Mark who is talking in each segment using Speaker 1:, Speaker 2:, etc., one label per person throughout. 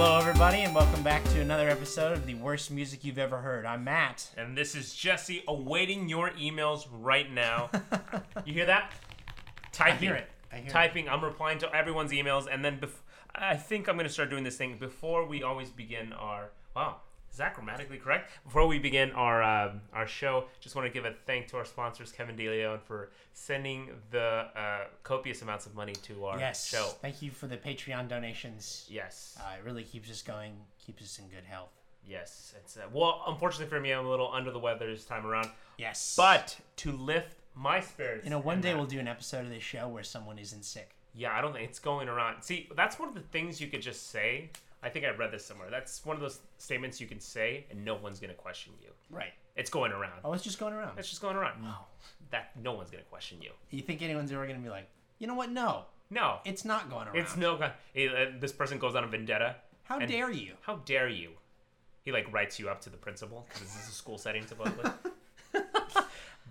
Speaker 1: everybody, and welcome back to another episode of the worst music you've ever heard. I'm Matt.
Speaker 2: And this is Jesse awaiting your emails right now. you hear that? Typing.
Speaker 1: hear it. I hear it.
Speaker 2: Typing. I'm replying to everyone's emails, and then bef- I think I'm gonna start doing this thing before we always begin our. Wow, is that grammatically correct? Before we begin our um our show, just want to give a thank to our sponsors, Kevin DeLeon, for sending the uh, copious amounts of money to our
Speaker 1: Yes.
Speaker 2: show.
Speaker 1: Thank you for the Patreon donations.
Speaker 2: Yes.
Speaker 1: Uh, it really keeps us going, keeps us in good health.
Speaker 2: yes. It's uh, well, unfortunately for me, I'm a little under the weather this time around.
Speaker 1: Yes.
Speaker 2: But to lift my spirits,
Speaker 1: you know, one
Speaker 2: and uh,
Speaker 1: day
Speaker 2: that-
Speaker 1: we'll do an episode of this show where someone isn't sick.
Speaker 2: Yeah, I don't think it's going around. See, that's one of the things you could just say. I think I read this somewhere. That's one of those statements you can say, and no one's gonna question you.
Speaker 1: Right.
Speaker 2: It's going around.
Speaker 1: Oh, it's just going around.
Speaker 2: It's just going around. No, that no one's gonna question you.
Speaker 1: You think anyone's ever going to be like, you know what? No,
Speaker 2: No,
Speaker 1: it's not going around.
Speaker 2: it's no. go- eh, eh, This person goes on a vendetta.
Speaker 1: How
Speaker 2: and-
Speaker 1: dare you?
Speaker 2: How dare you? He like writes you up to the principal because this is a school setting supposedly.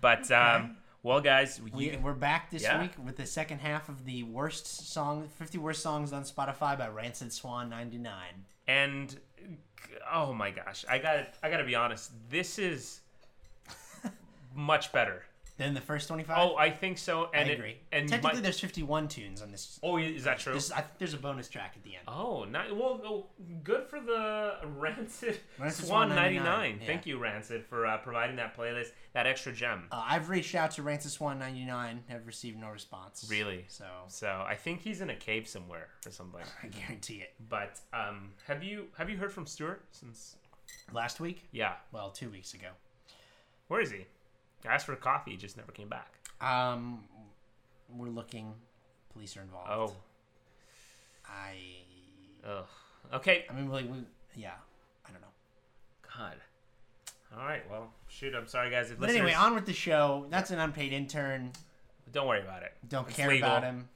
Speaker 2: but um, well, guys,
Speaker 1: We,
Speaker 2: you,
Speaker 1: we're back this
Speaker 2: Yeah.
Speaker 1: week with the second half of the worst song, 50 worst songs on Spotify by Rancid Swan 99.
Speaker 2: and oh my gosh, I got I got to be honest. This is much better.
Speaker 1: Then the first 25.
Speaker 2: Oh, I think so. And
Speaker 1: I
Speaker 2: it-
Speaker 1: agree.
Speaker 2: and
Speaker 1: technically,
Speaker 2: my-
Speaker 1: there's 51 tunes on this.
Speaker 2: oh, is that true?
Speaker 1: This I think there's a bonus track at the end.
Speaker 2: oh, not, well, oh, good for the Rancid,
Speaker 1: Rancid
Speaker 2: Swan
Speaker 1: Swan
Speaker 2: 99.
Speaker 1: 99,
Speaker 2: Thank you, Rancid, for uh, providing that playlist, that extra gem.
Speaker 1: Uh, I've reached out to Rancid Swan 99, have received no response.
Speaker 2: Really?
Speaker 1: So
Speaker 2: So I think he's in a cave somewhere or something.
Speaker 1: I guarantee it.
Speaker 2: But um, have you have you heard from Stuart since?
Speaker 1: Last week,
Speaker 2: Yeah,
Speaker 1: well, two weeks ago,
Speaker 2: where is he? I asked for coffee, he just never came back.
Speaker 1: um, we're looking. Police are involved.
Speaker 2: Oh,
Speaker 1: I.
Speaker 2: ugh. Okay,
Speaker 1: I mean, like we. Yeah. I don't know.
Speaker 2: God. All right. Well, shoot. I'm sorry, guys. If
Speaker 1: But anyway,
Speaker 2: listeners-
Speaker 1: on with the show. That's an unpaid intern.
Speaker 2: don't worry about it.
Speaker 1: Don't
Speaker 2: It's
Speaker 1: care
Speaker 2: legal.
Speaker 1: about him.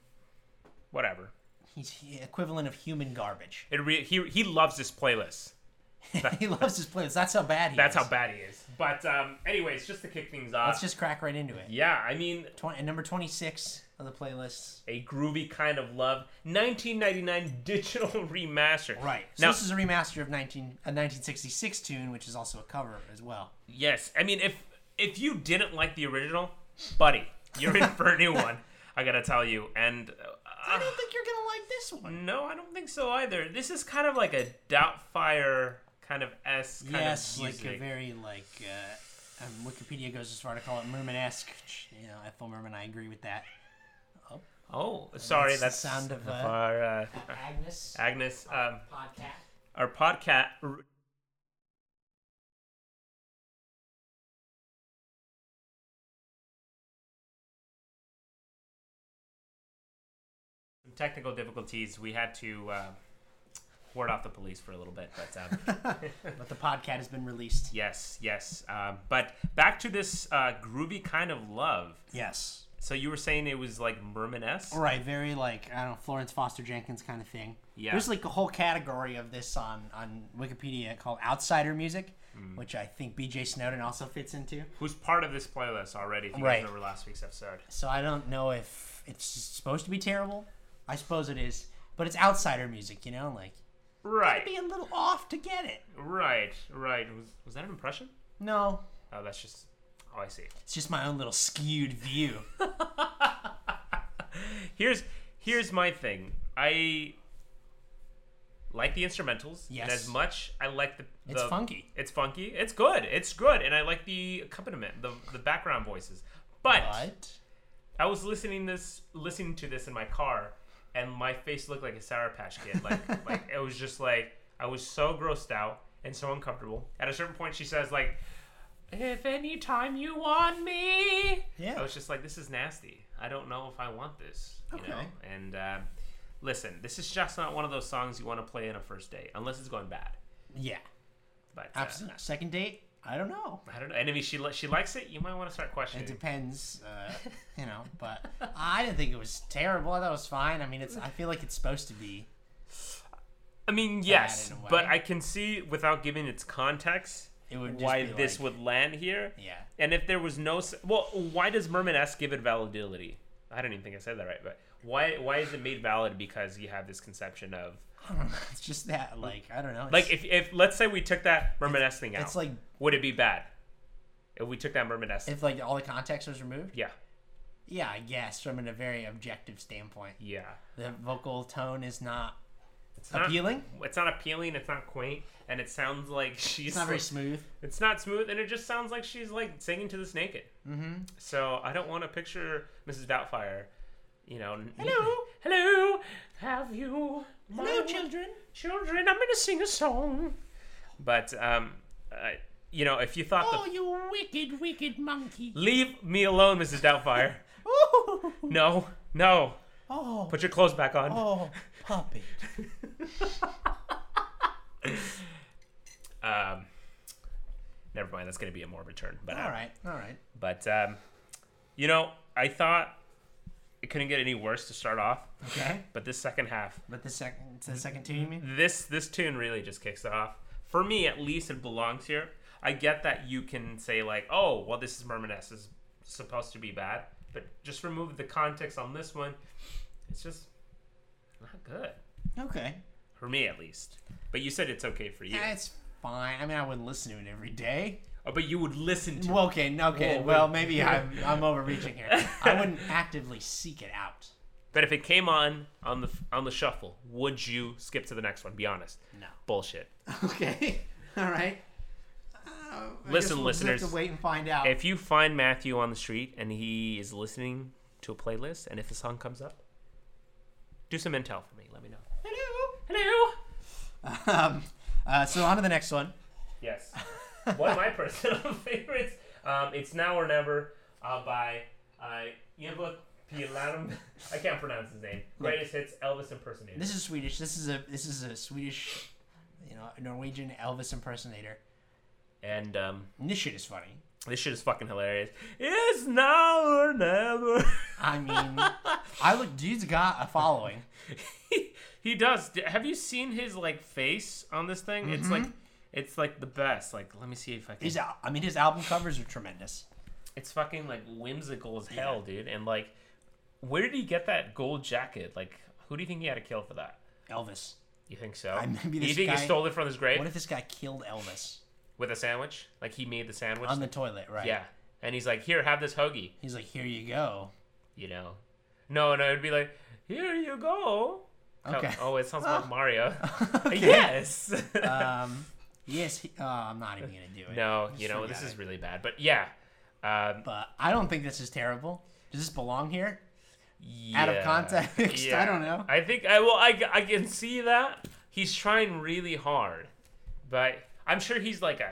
Speaker 2: Whatever.
Speaker 1: He's the equivalent of human garbage.
Speaker 2: It re- he he loves this playlist.
Speaker 1: he loves his playlist. That's how bad he
Speaker 2: That's
Speaker 1: is.
Speaker 2: how bad he is. But um, anyways, just to kick things off.
Speaker 1: Let's just crack right into it.
Speaker 2: yeah, I mean,
Speaker 1: 20, and number 26 of the playlist.
Speaker 2: a groovy kind of love. 1999 digital remaster.
Speaker 1: Right. So
Speaker 2: now,
Speaker 1: this is a remaster of 19 a 1966 tune, which is also a cover as well.
Speaker 2: yes. I mean, if if you didn't like the original, buddy, you're in for a new one. I gotta tell you. And
Speaker 1: I
Speaker 2: uh,
Speaker 1: don't think you're gonna like this one.
Speaker 2: No, I don't think so either. This is kind of like a Doubtfire kind of s kind
Speaker 1: yes,
Speaker 2: of
Speaker 1: like
Speaker 2: music.
Speaker 1: a very like uh, um, Wikipedia goes as far to call it Merman-esque. which, You know, Ethel Merman. I agree with that.
Speaker 2: oh, sorry,
Speaker 1: that's
Speaker 2: that's,
Speaker 1: the sound of, uh,
Speaker 2: our uh,
Speaker 1: Agnes
Speaker 2: Agnes, um,
Speaker 1: podcast.
Speaker 2: our podcast. Technical difficulties. We had to uh, ward off the police for a little bit, but um,
Speaker 1: But the podcast has been released.
Speaker 2: yes, yes. Um, but back to this uh, groovy kind of love.
Speaker 1: Yes.
Speaker 2: So you were saying it was like Merman-esque?
Speaker 1: All right. Very like I don't know Florence Foster Jenkins kind of thing.
Speaker 2: Yeah.
Speaker 1: There's like a whole category of this on on Wikipedia called outsider music,
Speaker 2: Mm.
Speaker 1: which I think B.J. Snowden also fits into.
Speaker 2: Who's part of this playlist already? If you
Speaker 1: Right.
Speaker 2: guys remember last week's episode.
Speaker 1: So I don't know if it's supposed to be terrible. I suppose it is, but it's outsider music, you know, like
Speaker 2: Right,
Speaker 1: be a little off to get it.
Speaker 2: right, right. Was, was that an impression?
Speaker 1: No,
Speaker 2: Oh, that's just. Oh, I see.
Speaker 1: it's just my own little skewed view.
Speaker 2: Here's here's my thing. I like the instrumentals.
Speaker 1: Yes.
Speaker 2: And as much I like the.
Speaker 1: It's
Speaker 2: the-
Speaker 1: funky.
Speaker 2: It's funky. It's good. It's good, and I like the accompaniment, the the background voices. But
Speaker 1: But
Speaker 2: I was listening this listening to this in my car, and my face looked like a sour patch kid. Like like it was just like I was so grossed out and so uncomfortable. At a certain point, she says like, "If any time you want me,"
Speaker 1: Yeah.
Speaker 2: I was just like, "This is nasty. I don't know if I want this." You
Speaker 1: Okay.
Speaker 2: know? And um, listen, this is just not one of those songs you want to play on a first date, unless it's going bad.
Speaker 1: yeah,
Speaker 2: But uh,
Speaker 1: absolutely. Second date, I don't know.
Speaker 2: I don't know. And if she li- she likes it, you might want to start
Speaker 1: It
Speaker 2: questioning.
Speaker 1: depends, uh, you know. But I didn't think it was terrible. I thought it was fine. I mean, it's. I feel like it's supposed to be.
Speaker 2: I mean, yes,
Speaker 1: in a way.
Speaker 2: but I can see without giving its context
Speaker 1: It would just
Speaker 2: why
Speaker 1: be
Speaker 2: this
Speaker 1: like-
Speaker 2: would land here.
Speaker 1: Yeah.
Speaker 2: And if there was no, s- well, why does Merman S give it validity? I don't even think I said that right, but why why is it made valid because you have this conception of
Speaker 1: I don't know. It's just that, like, I don't know. It's,
Speaker 2: like if, if let's say we took that Myrmedes thing out,
Speaker 1: it's like
Speaker 2: would it be bad if we took that Myrmedes?
Speaker 1: if like all the context was removed.
Speaker 2: yeah,
Speaker 1: Yeah, I guess from an- a very objective standpoint,
Speaker 2: yeah.
Speaker 1: the vocal tone is not
Speaker 2: It's not-
Speaker 1: appealing.
Speaker 2: it's not appealing. It's not quaint, and it sounds like she's.
Speaker 1: It's not very smooth.
Speaker 2: it's not smooth, and it just sounds like she's like singing to this naked.
Speaker 1: Mm-hmm.
Speaker 2: So I don't want to picture Mrs. Doubtfire. You know, n-
Speaker 1: Hello.
Speaker 2: hello, have you?
Speaker 1: Hello,
Speaker 2: my
Speaker 1: children.
Speaker 2: children, I'm gonna sing a song. But um, uh, you know, if you thought
Speaker 1: Oh, you wicked, wicked monkey.
Speaker 2: the leave me alone, Mrs. Doubtfire.
Speaker 1: Ooh.
Speaker 2: no, no,
Speaker 1: Oh,
Speaker 2: put your clothes back on.
Speaker 1: oh, puppet.
Speaker 2: Um, never mind, that's gonna be a morbid turn. But uh,
Speaker 1: All right, all right.
Speaker 2: but um, you know, I thought it couldn't get any worse to start off.
Speaker 1: Okay.
Speaker 2: But this second half,
Speaker 1: But the second, the second two, you mean?
Speaker 2: this this tune really just kicks it off for me at least it belongs here i get that you can say like oh well this is Myrmedes is supposed to be bad but just remove the context on this one it's just not good
Speaker 1: Okay.
Speaker 2: for me at least but you said it's okay for you
Speaker 1: Yeah, it's fine. I mean, I wouldn't listen to it every day.
Speaker 2: oh, but you would listen to
Speaker 1: Well, okay, no, okay.
Speaker 2: Well, we-
Speaker 1: well, maybe I'm, I'm overreaching here. I wouldn't actively seek it out.
Speaker 2: but if it came on on the on the shuffle would you skip to the next one be honest
Speaker 1: No.
Speaker 2: bullshit
Speaker 1: Okay. All right. Uh, I guess
Speaker 2: Listen,
Speaker 1: we'll just
Speaker 2: listeners,
Speaker 1: Have to wait and find out.
Speaker 2: if you find matthew on the street and he is listening to a playlist and if a song comes up do some intel for me let me know
Speaker 1: Hello.
Speaker 2: Hello.
Speaker 1: Um, uh, so on to the next one.
Speaker 2: Yes. One of my personal favorites. Um, it's Now or Never uh, by uh, Yevgeny Pilaram. I can't pronounce his name. Greatest hits Elvis impersonator.
Speaker 1: This is Swedish. This is a this is a Swedish, you know, Norwegian Elvis impersonator.
Speaker 2: and um,
Speaker 1: And this shit is funny.
Speaker 2: this shit is fucking hilarious. It's Now or Never.
Speaker 1: I mean, I look. Dude's got a following.
Speaker 2: he does. D- Have you seen his like face on this thing? It's like. It's like the best. Like, let me see if I can.
Speaker 1: His al- I mean, his album covers are tremendous.
Speaker 2: It's fucking like whimsical as hell, dude. And like, where did he get that gold jacket? Like, who do you think he had to kill for that?
Speaker 1: Elvis.
Speaker 2: You think so?
Speaker 1: I- maybe
Speaker 2: you
Speaker 1: this
Speaker 2: think
Speaker 1: guy-
Speaker 2: he stole it from his grave
Speaker 1: What if this guy killed Elvis
Speaker 2: with a sandwich? Like he made the sandwich.
Speaker 1: on the toilet? Right.
Speaker 2: yeah, and he's like, "Here, have this hoagie."
Speaker 1: He's like, here you go.
Speaker 2: You know? No, no, it'd be like, "Here you go." Co-
Speaker 1: Okay.
Speaker 2: Oh, it sounds like Mario.
Speaker 1: Okay.
Speaker 2: Yes.
Speaker 1: Um. Yes. He, oh, I'm not even gonna do it.
Speaker 2: no,
Speaker 1: Just
Speaker 2: you know
Speaker 1: forgot
Speaker 2: this
Speaker 1: it.
Speaker 2: is really bad, but yeah. Um,
Speaker 1: But I don't think this is terrible. Does this belong here? Out of
Speaker 2: yeah,
Speaker 1: context, I
Speaker 2: yeah.
Speaker 1: don't know.
Speaker 2: I think I well, I, I can see that he's trying really hard, but I'm sure he's like a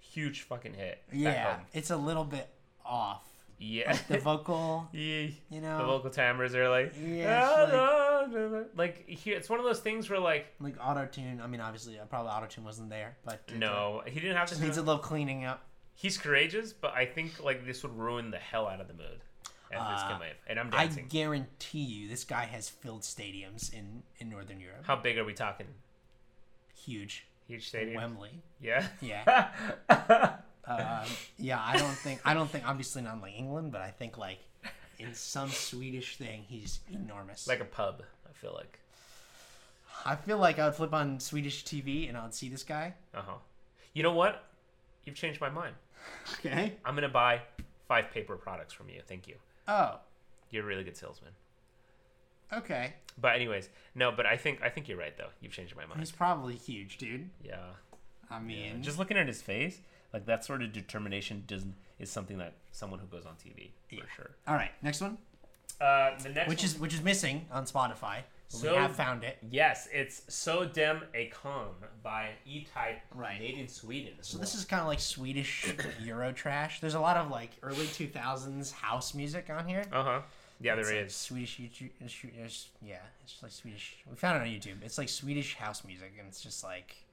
Speaker 2: huge fucking hit. at
Speaker 1: Yeah.
Speaker 2: home.
Speaker 1: It's a little bit off.
Speaker 2: Yeah.
Speaker 1: Like the vocal.
Speaker 2: yeah.
Speaker 1: You
Speaker 2: the
Speaker 1: know,
Speaker 2: vocal timbres are like,
Speaker 1: Yeah, it's
Speaker 2: "Ah, da, da, da." like, he, it's one of those things where like,
Speaker 1: like auto tune. I mean, obviously, uh, probably auto tune wasn't there, but it
Speaker 2: no, he didn't have to.
Speaker 1: just needs a
Speaker 2: Do,
Speaker 1: little cleaning up.
Speaker 2: he's courageous, but I think like this would ruin the hell out of the mood. If this
Speaker 1: Uh,
Speaker 2: came out, and I'm
Speaker 1: I
Speaker 2: dancing.
Speaker 1: guarantee you, this guy has filled stadiums in in Northern Europe.
Speaker 2: How big are we talking?
Speaker 1: Huge
Speaker 2: Huge stadium.
Speaker 1: Wembley.
Speaker 2: yeah.
Speaker 1: Yeah,
Speaker 2: Yeah.
Speaker 1: um, yeah. I don't think I don't think obviously not like England, but I think like in some Swedish thing, he's enormous.
Speaker 2: like a pub. I feel like.
Speaker 1: I feel like I would flip on Swedish TV and I'd see this guy.
Speaker 2: Uh huh. You know what? You've changed my mind.
Speaker 1: Okay.
Speaker 2: I'm gonna buy five paper products from you. Thank you.
Speaker 1: Oh,
Speaker 2: You're a really good salesman.
Speaker 1: okay.
Speaker 2: But anyways, no. But I think I think you're right though. You've changed my mind.
Speaker 1: He's probably huge, dude.
Speaker 2: Yeah.
Speaker 1: I mean,
Speaker 2: Just looking at his face, like that sort of determination does is something that someone who goes on TV for sure.
Speaker 1: all right. Next one,
Speaker 2: Uh, the next,
Speaker 1: which is which is missing on Spotify. but
Speaker 2: So-
Speaker 1: we have found it.
Speaker 2: yes, it's "So Dem a Calm" by E Type,
Speaker 1: Right.
Speaker 2: made in Sweden.
Speaker 1: So this is kind of like Swedish Euro trash. There's a lot of like early 2000s house music on here.
Speaker 2: uh huh. Yeah,
Speaker 1: It's
Speaker 2: there
Speaker 1: like
Speaker 2: is.
Speaker 1: Swedish YouTube. it's Swe- it's- Yeah, it's just like Swedish. We found it on YouTube. It's like Swedish house music, and it's just like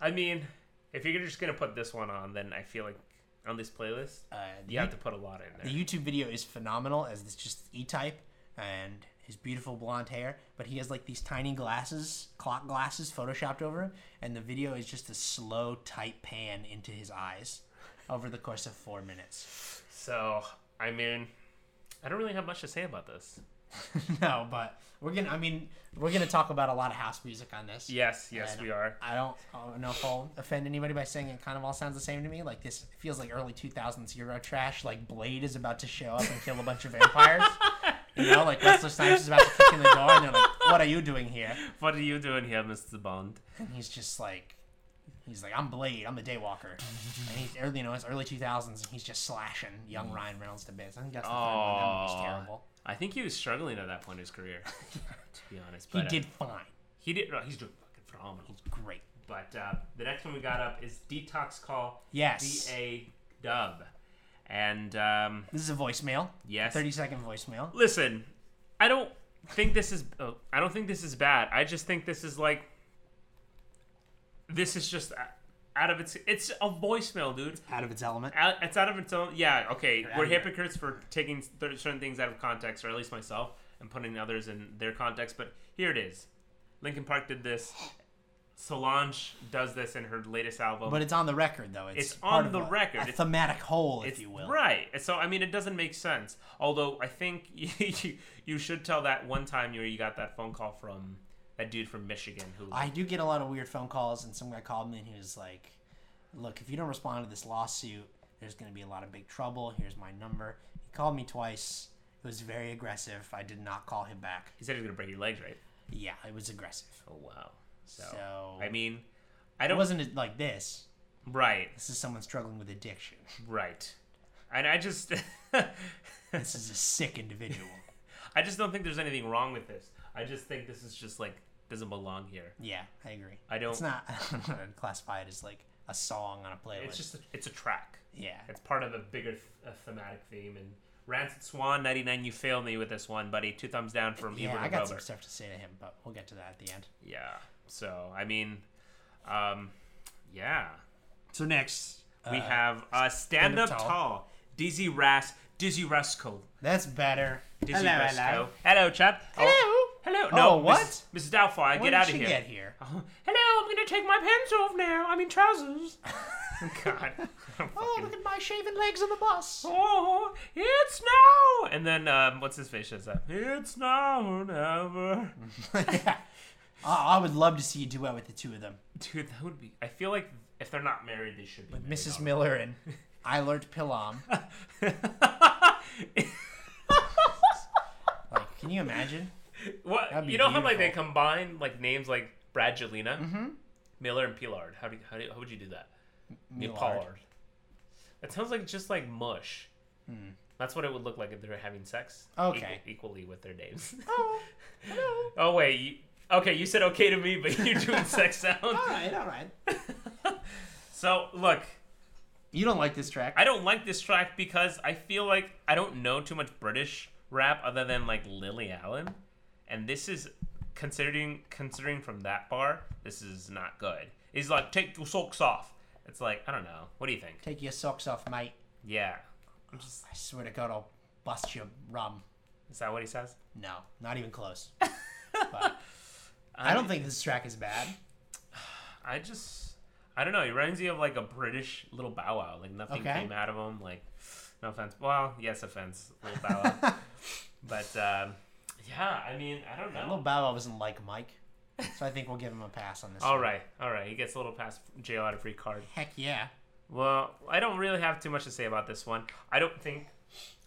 Speaker 2: I mean, if you're just gonna put this one on, then I feel like on this playlist,
Speaker 1: uh, the,
Speaker 2: you have to put a lot in
Speaker 1: the
Speaker 2: there.
Speaker 1: YouTube video is phenomenal as it's just E-Type and his beautiful blonde hair, but he has like these tiny glasses, clock glasses, photoshopped over him, and the video is just a slow tight pan into his eyes over the course of four minutes.
Speaker 2: So I mean, I don't really have much to say about this.
Speaker 1: no, but we're gonna. I mean, we're gonna talk about a lot of house music on this.
Speaker 2: Yes, yes,
Speaker 1: And
Speaker 2: we are.
Speaker 1: I don't, I don't know if I'll offend anybody by saying it kind of all sounds the same to me. Like this feels like early 2000s Euro trash. Like Blade is about to show up and kill a bunch of vampires. you know, like Wesley Snipes is about to kick in the door, and they're like, "What are you doing here?"
Speaker 2: What are you doing here, Mr. Bond?
Speaker 1: And he's just like, he's like, "I'm Blade. I'm the Daywalker." And he's early, you know, it's early 2000s, and he's just slashing young Ryan Reynolds to bits. I think that's the third one. That movie's
Speaker 2: Mm. Aw.
Speaker 1: terrible.
Speaker 2: I think he was struggling at that point in his career, to be honest.
Speaker 1: He
Speaker 2: But, uh,
Speaker 1: did fine.
Speaker 2: he did. No, he's doing fucking phenomenal.
Speaker 1: He's great.
Speaker 2: But uh, the next one we got up is Detox Call
Speaker 1: Yes.
Speaker 2: DA Dub. And um,
Speaker 1: This is a voicemail.
Speaker 2: yes.
Speaker 1: 30 second voicemail.
Speaker 2: Listen, I don't think this is. Oh, I don't think this is bad. I just think this is like. This is just uh, out of its. It's a voicemail, dude.
Speaker 1: Out of its element.
Speaker 2: Out- It's out of its own. Yeah, okay.
Speaker 1: out
Speaker 2: We're
Speaker 1: of here.
Speaker 2: hypocrites for taking th- certain things out of context, or at least myself, and putting others in their context. But here it is. Linkin Park did this. Solange does this in her latest album.
Speaker 1: But it's on the record, though. It's,
Speaker 2: It's
Speaker 1: part
Speaker 2: on
Speaker 1: of
Speaker 2: the
Speaker 1: a-
Speaker 2: record.
Speaker 1: A
Speaker 2: It's-
Speaker 1: thematic whole, if
Speaker 2: It's-
Speaker 1: you will.
Speaker 2: Right. So I mean, it doesn't make sense. Although I think you, you should tell that one time where you got that phone call from that dude from Michigan who.
Speaker 1: I do get a lot of weird phone calls, and some guy called me and he was like, "Look, if you don't respond to this lawsuit, there's going to be a lot of big trouble. Here's my number." He called me twice. It was very aggressive. I did not call him back.
Speaker 2: he said he was gonna break your legs, right?
Speaker 1: Yeah, it was aggressive.
Speaker 2: Oh wow. So,
Speaker 1: So-
Speaker 2: I mean,
Speaker 1: Oh.
Speaker 2: I
Speaker 1: It
Speaker 2: don't.
Speaker 1: wasn't like this.
Speaker 2: right.
Speaker 1: This is someone struggling with addiction.
Speaker 2: Right. And I just.
Speaker 1: This is a sick individual.
Speaker 2: I just don't think there's anything wrong with this. I just think this is just like doesn't belong here.
Speaker 1: yeah, I agree.
Speaker 2: I don't.
Speaker 1: It's not. I'm not gonna classify it as like a song on a playlist.
Speaker 2: it's just a, it's a track.
Speaker 1: yeah.
Speaker 2: It's part of a bigger th- a thematic theme. And Rancid Swan ninety nine, you failed me with this one, buddy. Two thumbs down from
Speaker 1: Yeah,
Speaker 2: Ebert
Speaker 1: I
Speaker 2: and
Speaker 1: got some
Speaker 2: Bober.
Speaker 1: stuff to say to him, but we'll get to that at the end.
Speaker 2: Yeah. So I mean, um, yeah.
Speaker 1: So next,
Speaker 2: We have uh, stand, up tall. Dizzy Ras, Dizzy Rusko,
Speaker 1: That's better.
Speaker 2: Dizzy Rusko. Hello, chap.
Speaker 1: Hello.
Speaker 2: Hello.
Speaker 1: Oh,
Speaker 2: No,
Speaker 1: what?
Speaker 2: Mrs. Mrs. Doubtfire,
Speaker 1: When
Speaker 2: get out
Speaker 1: did
Speaker 2: of
Speaker 1: she
Speaker 2: here.
Speaker 1: get here?
Speaker 2: Oh, hello, I'm gonna take my pants off now. I mean trousers. God.
Speaker 1: Oh, look at my shaven legs on the bus.
Speaker 2: Oh, it's now. And then um, what's his face says that? It's now or never.
Speaker 1: I, I would love to see a duet with the two of them,
Speaker 2: Dude, that would be. I feel like if they're not married, they should be.
Speaker 1: with
Speaker 2: married
Speaker 1: Mrs. Miller and Eilert Pilam.
Speaker 2: already.
Speaker 1: Like, can you imagine?
Speaker 2: what?
Speaker 1: That'd be
Speaker 2: You know how like they
Speaker 1: beautiful. Mm-hmm.
Speaker 2: combine like names like Bradgelina, Miller, and Pilard. How do you, how, do you, how would you do that?
Speaker 1: Millard.
Speaker 2: Pollard. That sounds like just like mush. That's what it would look like if they were having sex.
Speaker 1: Hmm. Okay.
Speaker 2: equa- equally with their names.
Speaker 1: Oh, hello.
Speaker 2: oh wait. You, okay, you said okay to me, but you're doing sex sounds.
Speaker 1: All right, all right.
Speaker 2: So look,
Speaker 1: You don't like this track?
Speaker 2: I don't like this track because I feel like I don't know too much British rap other than like Lily Allen, and this is considering considering from that bar, this is not good. He's like, take your socks off. It's like I don't know. What do you think?
Speaker 1: Take your socks off, mate.
Speaker 2: Yeah,
Speaker 1: I swear to God, I'll bust your rum.
Speaker 2: is that what he says?
Speaker 1: No, not even close. But I don't think this track is bad.
Speaker 2: Um, I just I don't know. He reminds me of like a British little Bow Wow. Like nothing
Speaker 1: Okay.
Speaker 2: came out of him. Like no offense. Well, yes offense, little Bow Wow. but um, yeah, I mean I don't know.
Speaker 1: Little Bow Wow wasn't like Mike, so I think we'll give him a pass on this.
Speaker 2: All right, all right. He gets a little past jail out of free card.
Speaker 1: Heck yeah.
Speaker 2: Well, I don't really have too much to say about this one. I don't think.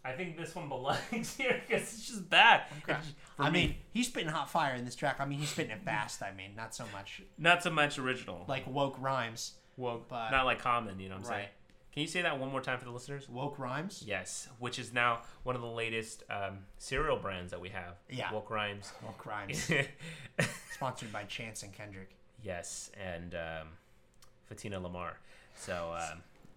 Speaker 2: I think this one belongs here because it's just bad. It's just- for
Speaker 1: I
Speaker 2: me,
Speaker 1: mean, he's spitting hot fire in this track. I mean, he's spitting it fast. I mean, not so much
Speaker 2: not so much original.
Speaker 1: like woke rhymes.
Speaker 2: Well,
Speaker 1: but-
Speaker 2: not like common. You know what I'm saying?
Speaker 1: Right.
Speaker 2: Can you say that one more time for the listeners?
Speaker 1: Woke rhymes?
Speaker 2: Yes, which is now one of the latest um, cereal brands that we have.
Speaker 1: Yeah.
Speaker 2: Woke Rhymes.
Speaker 1: Woke rhymes. Sponsored by Chance and Kendrick.
Speaker 2: yes, and um, Fatina Lamar. So,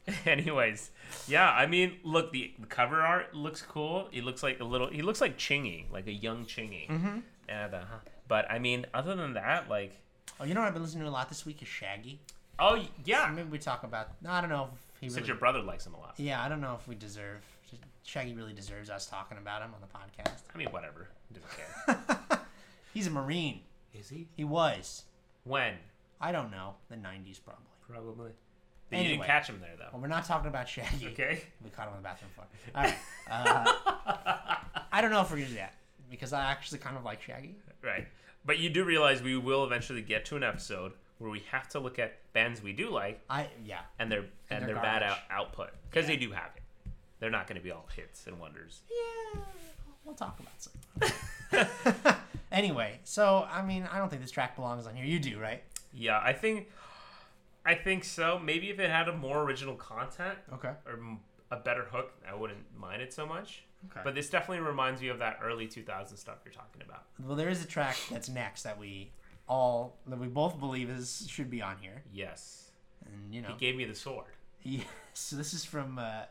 Speaker 2: um, anyways, yeah. I mean, look, the the cover art looks cool. He looks like a little. He looks like Chingy, like a young Chingy.
Speaker 1: Mm.
Speaker 2: Mm-hmm. And, uh, but I mean, other than that, like,
Speaker 1: Oh, you know what I've been listening to a lot this week is Shaggy.
Speaker 2: oh yeah,
Speaker 1: Maybe we talk about. I don't know if he
Speaker 2: said
Speaker 1: really.
Speaker 2: your brother likes him a lot.
Speaker 1: Yeah, I don't know if we deserve. Shaggy really deserves us talking about him on the podcast.
Speaker 2: I mean, whatever. Doesn't care.
Speaker 1: He's a Marine.
Speaker 2: Is he?
Speaker 1: He was.
Speaker 2: When?
Speaker 1: I don't know. The 90s, probably.
Speaker 2: Probably. But You didn't
Speaker 1: Anyway. Oh,
Speaker 2: catch him there though.
Speaker 1: Well, we're not talking about Shaggy.
Speaker 2: Okay.
Speaker 1: We caught him on the bathroom floor. All right. Uh, I don't know if we're gonna do that because I actually kind of like Shaggy.
Speaker 2: Right. But you do realize we will eventually get to an episode where we have to look at bands we do like
Speaker 1: I yeah.
Speaker 2: and their and,
Speaker 1: their
Speaker 2: their, bad out,
Speaker 1: garbage.
Speaker 2: output because they do have it. They're not going to be all hits and wonders.
Speaker 1: Yeah, we'll talk about some. anyway, so I mean, I don't think this track belongs on here. You do, right?
Speaker 2: Yeah, I think I think so. Maybe if it had a more original content
Speaker 1: Okay.
Speaker 2: or m- a better hook, I wouldn't mind it so much.
Speaker 1: Okay.
Speaker 2: But this definitely reminds me of that early 2000 stuff you're talking about.
Speaker 1: Well, there is a track that's next that we all that we both believe is should be on here,
Speaker 2: Yes.
Speaker 1: and you
Speaker 2: He
Speaker 1: know,
Speaker 2: gave me the sword.
Speaker 1: yeah. So this is from uh,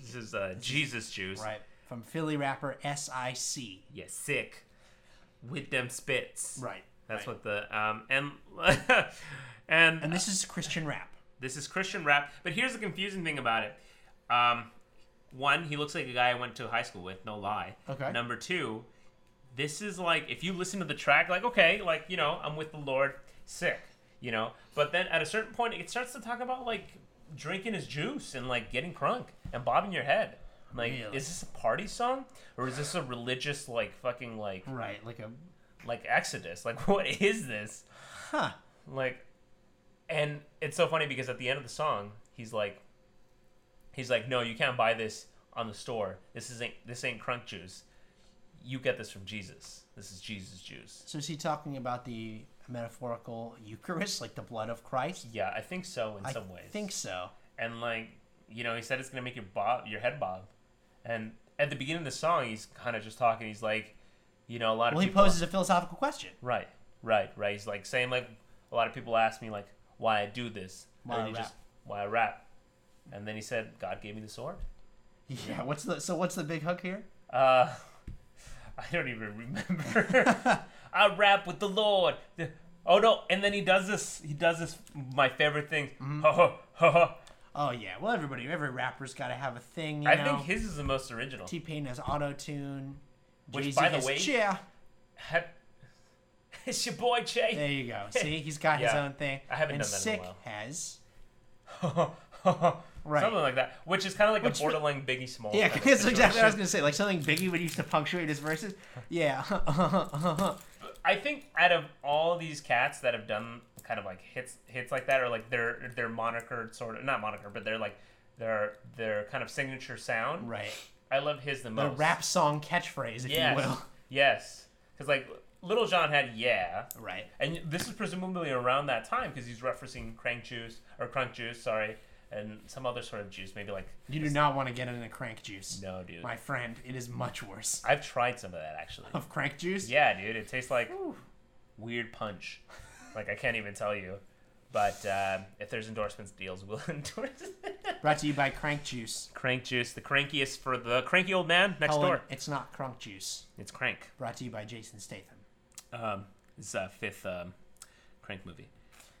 Speaker 2: This is uh, Jesus juice.
Speaker 1: right from Philly rapper SIC.
Speaker 2: Yeah, sick. With them spits.
Speaker 1: Right.
Speaker 2: That's
Speaker 1: right.
Speaker 2: what the um and and,
Speaker 1: And this is Christian rap.
Speaker 2: this is Christian rap. But here's the confusing thing about it. Um, one, he looks like a guy I went to high school with. No lie.
Speaker 1: Okay.
Speaker 2: Number two, this is like if you listen to the track, like okay, like you know, I'm with the Lord, sick, you know. But then at a certain point, it starts to talk about like drinking his juice and like getting crunk and bobbing your head. Like,
Speaker 1: Really?
Speaker 2: is this a party song or is this a religious like fucking like
Speaker 1: Right. Like a
Speaker 2: like Exodus? Like, what is this?
Speaker 1: huh.
Speaker 2: like and it's so funny because at the end of the song he's like he's like no you can't buy this on the store this isn't this ain't crunk juice you get this from jesus this is jesus juice
Speaker 1: So is he talking about the metaphorical Eucharist, like the blood of Christ?
Speaker 2: yeah i think so in
Speaker 1: I
Speaker 2: some ways
Speaker 1: think so.
Speaker 2: and like you know he said it's gonna make your bob your head bob and at the beginning of the song he's kind of just talking he's like you know a lot of
Speaker 1: Well, he
Speaker 2: people
Speaker 1: poses a philosophical question.
Speaker 2: right right right he's like saying like a lot of people ask me like why i do this
Speaker 1: Why
Speaker 2: and
Speaker 1: I
Speaker 2: he
Speaker 1: rap.
Speaker 2: just why i rap and then he said god gave me the sword
Speaker 1: Yeah. What's the so? What's the big hook here?
Speaker 2: Uh, I don't even remember. I rap with the Lord. The- Oh no! And then he does this. He does this. My favorite thing.
Speaker 1: Mm-hmm.
Speaker 2: Ho, ho, ho, ho.
Speaker 1: Oh yeah. Well, everybody, every rapper's got to have a thing. You
Speaker 2: I
Speaker 1: know?
Speaker 2: think his is the most original.
Speaker 1: T Pain has auto tune.
Speaker 2: Which, by the way-
Speaker 1: yeah.
Speaker 2: Ha- it's your boy Jay.
Speaker 1: There you go. See, he's got his
Speaker 2: Yeah.
Speaker 1: own thing.
Speaker 2: I haven't
Speaker 1: and
Speaker 2: done that in a
Speaker 1: Sick
Speaker 2: while.
Speaker 1: has. Right.
Speaker 2: right. Something like that, which is kind of like
Speaker 1: Which-
Speaker 2: a borderline Biggie Small.
Speaker 1: Yeah,
Speaker 2: kind of
Speaker 1: that's exactly what I was
Speaker 2: situation.
Speaker 1: gonna say. Like something Biggie would use to punctuate his verses. Yeah.
Speaker 2: I think out of all these cats that have done kind of like hits hits like that or like their their moniker sort of not moniker but they're like their their kind of signature sound
Speaker 1: right.
Speaker 2: I love his the
Speaker 1: The
Speaker 2: most
Speaker 1: rap song catchphrase, if
Speaker 2: yes
Speaker 1: you will.
Speaker 2: yes because like Little John had yeah
Speaker 1: Right.
Speaker 2: and this is presumably around that time because he's referencing crank juice or crunk juice sorry and some other sort of juice maybe like
Speaker 1: You do not want to get in a crank juice,
Speaker 2: no dude
Speaker 1: my friend. It is much worse.
Speaker 2: I've tried some of that actually
Speaker 1: Of crank juice.
Speaker 2: Yeah, dude, it tastes like weird punch. Like I can't even tell you. But um, if there's endorsements deals, we'll endorse it.
Speaker 1: Brought to you by Crank Juice.
Speaker 2: Crank juice, the crankiest for the cranky old man next
Speaker 1: Helen,
Speaker 2: door.
Speaker 1: it's not crunk juice.
Speaker 2: It's crank.
Speaker 1: Brought to you by Jason Statham.
Speaker 2: Um, it's a fifth um, crank movie.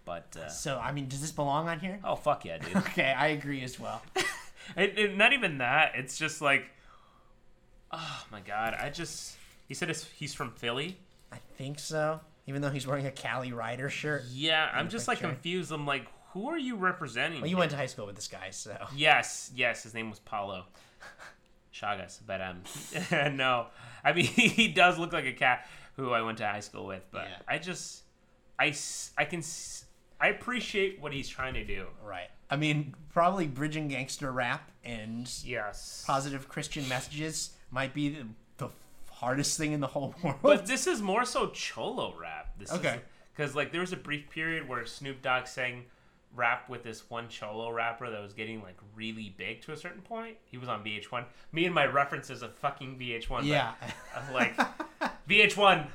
Speaker 2: But uh,
Speaker 1: So I mean, does this belong on here?
Speaker 2: oh fuck yeah, dude.
Speaker 1: Okay, I agree as well.
Speaker 2: it, it- not even that. It's just like, oh my god. I just he said it's, he's from Philly.
Speaker 1: I think so. Even though he's wearing a Cali Rider shirt.
Speaker 2: Yeah, I'm just like
Speaker 1: picture.
Speaker 2: confused. I'm like, who are you representing?
Speaker 1: Well, Oh, you went to high school with this guy, so
Speaker 2: Yes, yes, his name was Paulo Chagas, but um, no, I mean he does look like a cat who I went to high school with, but
Speaker 1: Yeah.
Speaker 2: I just, I, s- I can, s- I appreciate what he's trying to do.
Speaker 1: right. I mean, probably bridging gangster rap and
Speaker 2: Yes,
Speaker 1: positive Christian messages might be the, the hardest thing in the whole world.
Speaker 2: but this is more so cholo rap. This
Speaker 1: Okay.
Speaker 2: because like there was a brief period where Snoop Dogg sang rap with this one cholo rapper that was getting like really big to a certain point. He was on VH1. Me and my references of fucking VH1. but
Speaker 1: yeah.
Speaker 2: I'm like VH1. Oh man,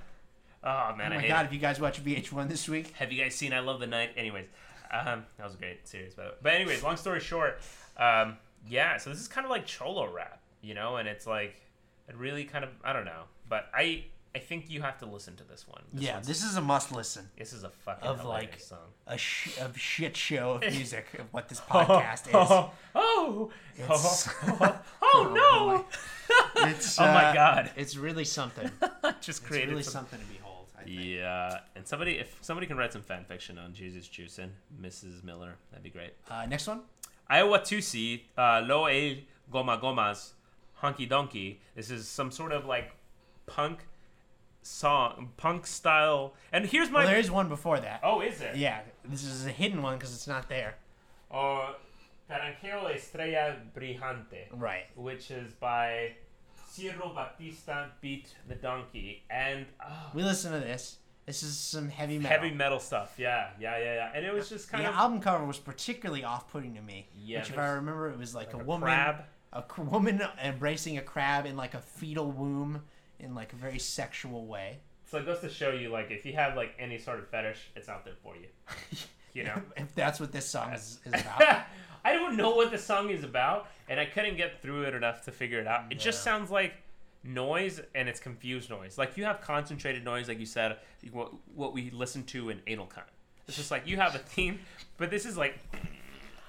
Speaker 1: oh
Speaker 2: I
Speaker 1: my
Speaker 2: hate
Speaker 1: god,
Speaker 2: it.
Speaker 1: if you guys watch VH1 this week,
Speaker 2: Have you guys seen I Love the Night? Anyways, um, that was a great series, by the way. But anyways, long story short, um, yeah. So this is kind of like cholo rap, you know, and it's like it really kind of I don't know, but I I think you have to listen to this one. This
Speaker 1: yeah,
Speaker 2: one's-
Speaker 1: this is a must listen.
Speaker 2: this is a fucking
Speaker 1: of,
Speaker 2: of
Speaker 1: like,
Speaker 2: like song.
Speaker 1: A sh- of shit show of music of what this podcast is.
Speaker 2: oh,
Speaker 1: It's-
Speaker 2: oh,
Speaker 1: Oh,
Speaker 2: no!
Speaker 1: It's,
Speaker 2: Oh my
Speaker 1: uh,
Speaker 2: god!
Speaker 1: It's really something. It's
Speaker 2: Just created
Speaker 1: really
Speaker 2: some-
Speaker 1: something to behold. I think.
Speaker 2: Yeah, and somebody if somebody can write some fan fiction on Jesus Juice and Mrs. Miller, that'd be great.
Speaker 1: Uh, next one.
Speaker 2: Iowa Tusi, uh, Lo El Goma Gomas, Honky Donkey. This is some sort of like punk song, punk style. And here's my.
Speaker 1: Well, there is one before that.
Speaker 2: oh, is there?
Speaker 1: Yeah, this is a hidden one because it's not there.
Speaker 2: Or Naranjero Oh, Estrella Brillante,
Speaker 1: Right.
Speaker 2: which is by Ciro Batista Beat the Donkey. And oh,
Speaker 1: We listen to this. This is some heavy metal.
Speaker 2: heavy metal stuff. Yeah, yeah, yeah, yeah. And it was just kind
Speaker 1: the
Speaker 2: of.
Speaker 1: album cover was particularly off-putting to me.
Speaker 2: Yeah,
Speaker 1: which, if I
Speaker 2: there's-
Speaker 1: remember, it was like,
Speaker 2: like
Speaker 1: a
Speaker 2: a
Speaker 1: woman,
Speaker 2: crab.
Speaker 1: a c- woman embracing a crab in like a fetal womb in like a very sexual way.
Speaker 2: So it goes to show you, like, if you have like any sort of fetish, it's out there for you. You know.
Speaker 1: if that's what this song is, is about.
Speaker 2: I don't know what the song is about, and I couldn't get through it enough to figure it out. It just
Speaker 1: Yeah.
Speaker 2: sounds like noise, and it's confused noise. Like you have concentrated noise, like you said, what, what we listen to in anal cunt. It's just like you have a theme, but this is like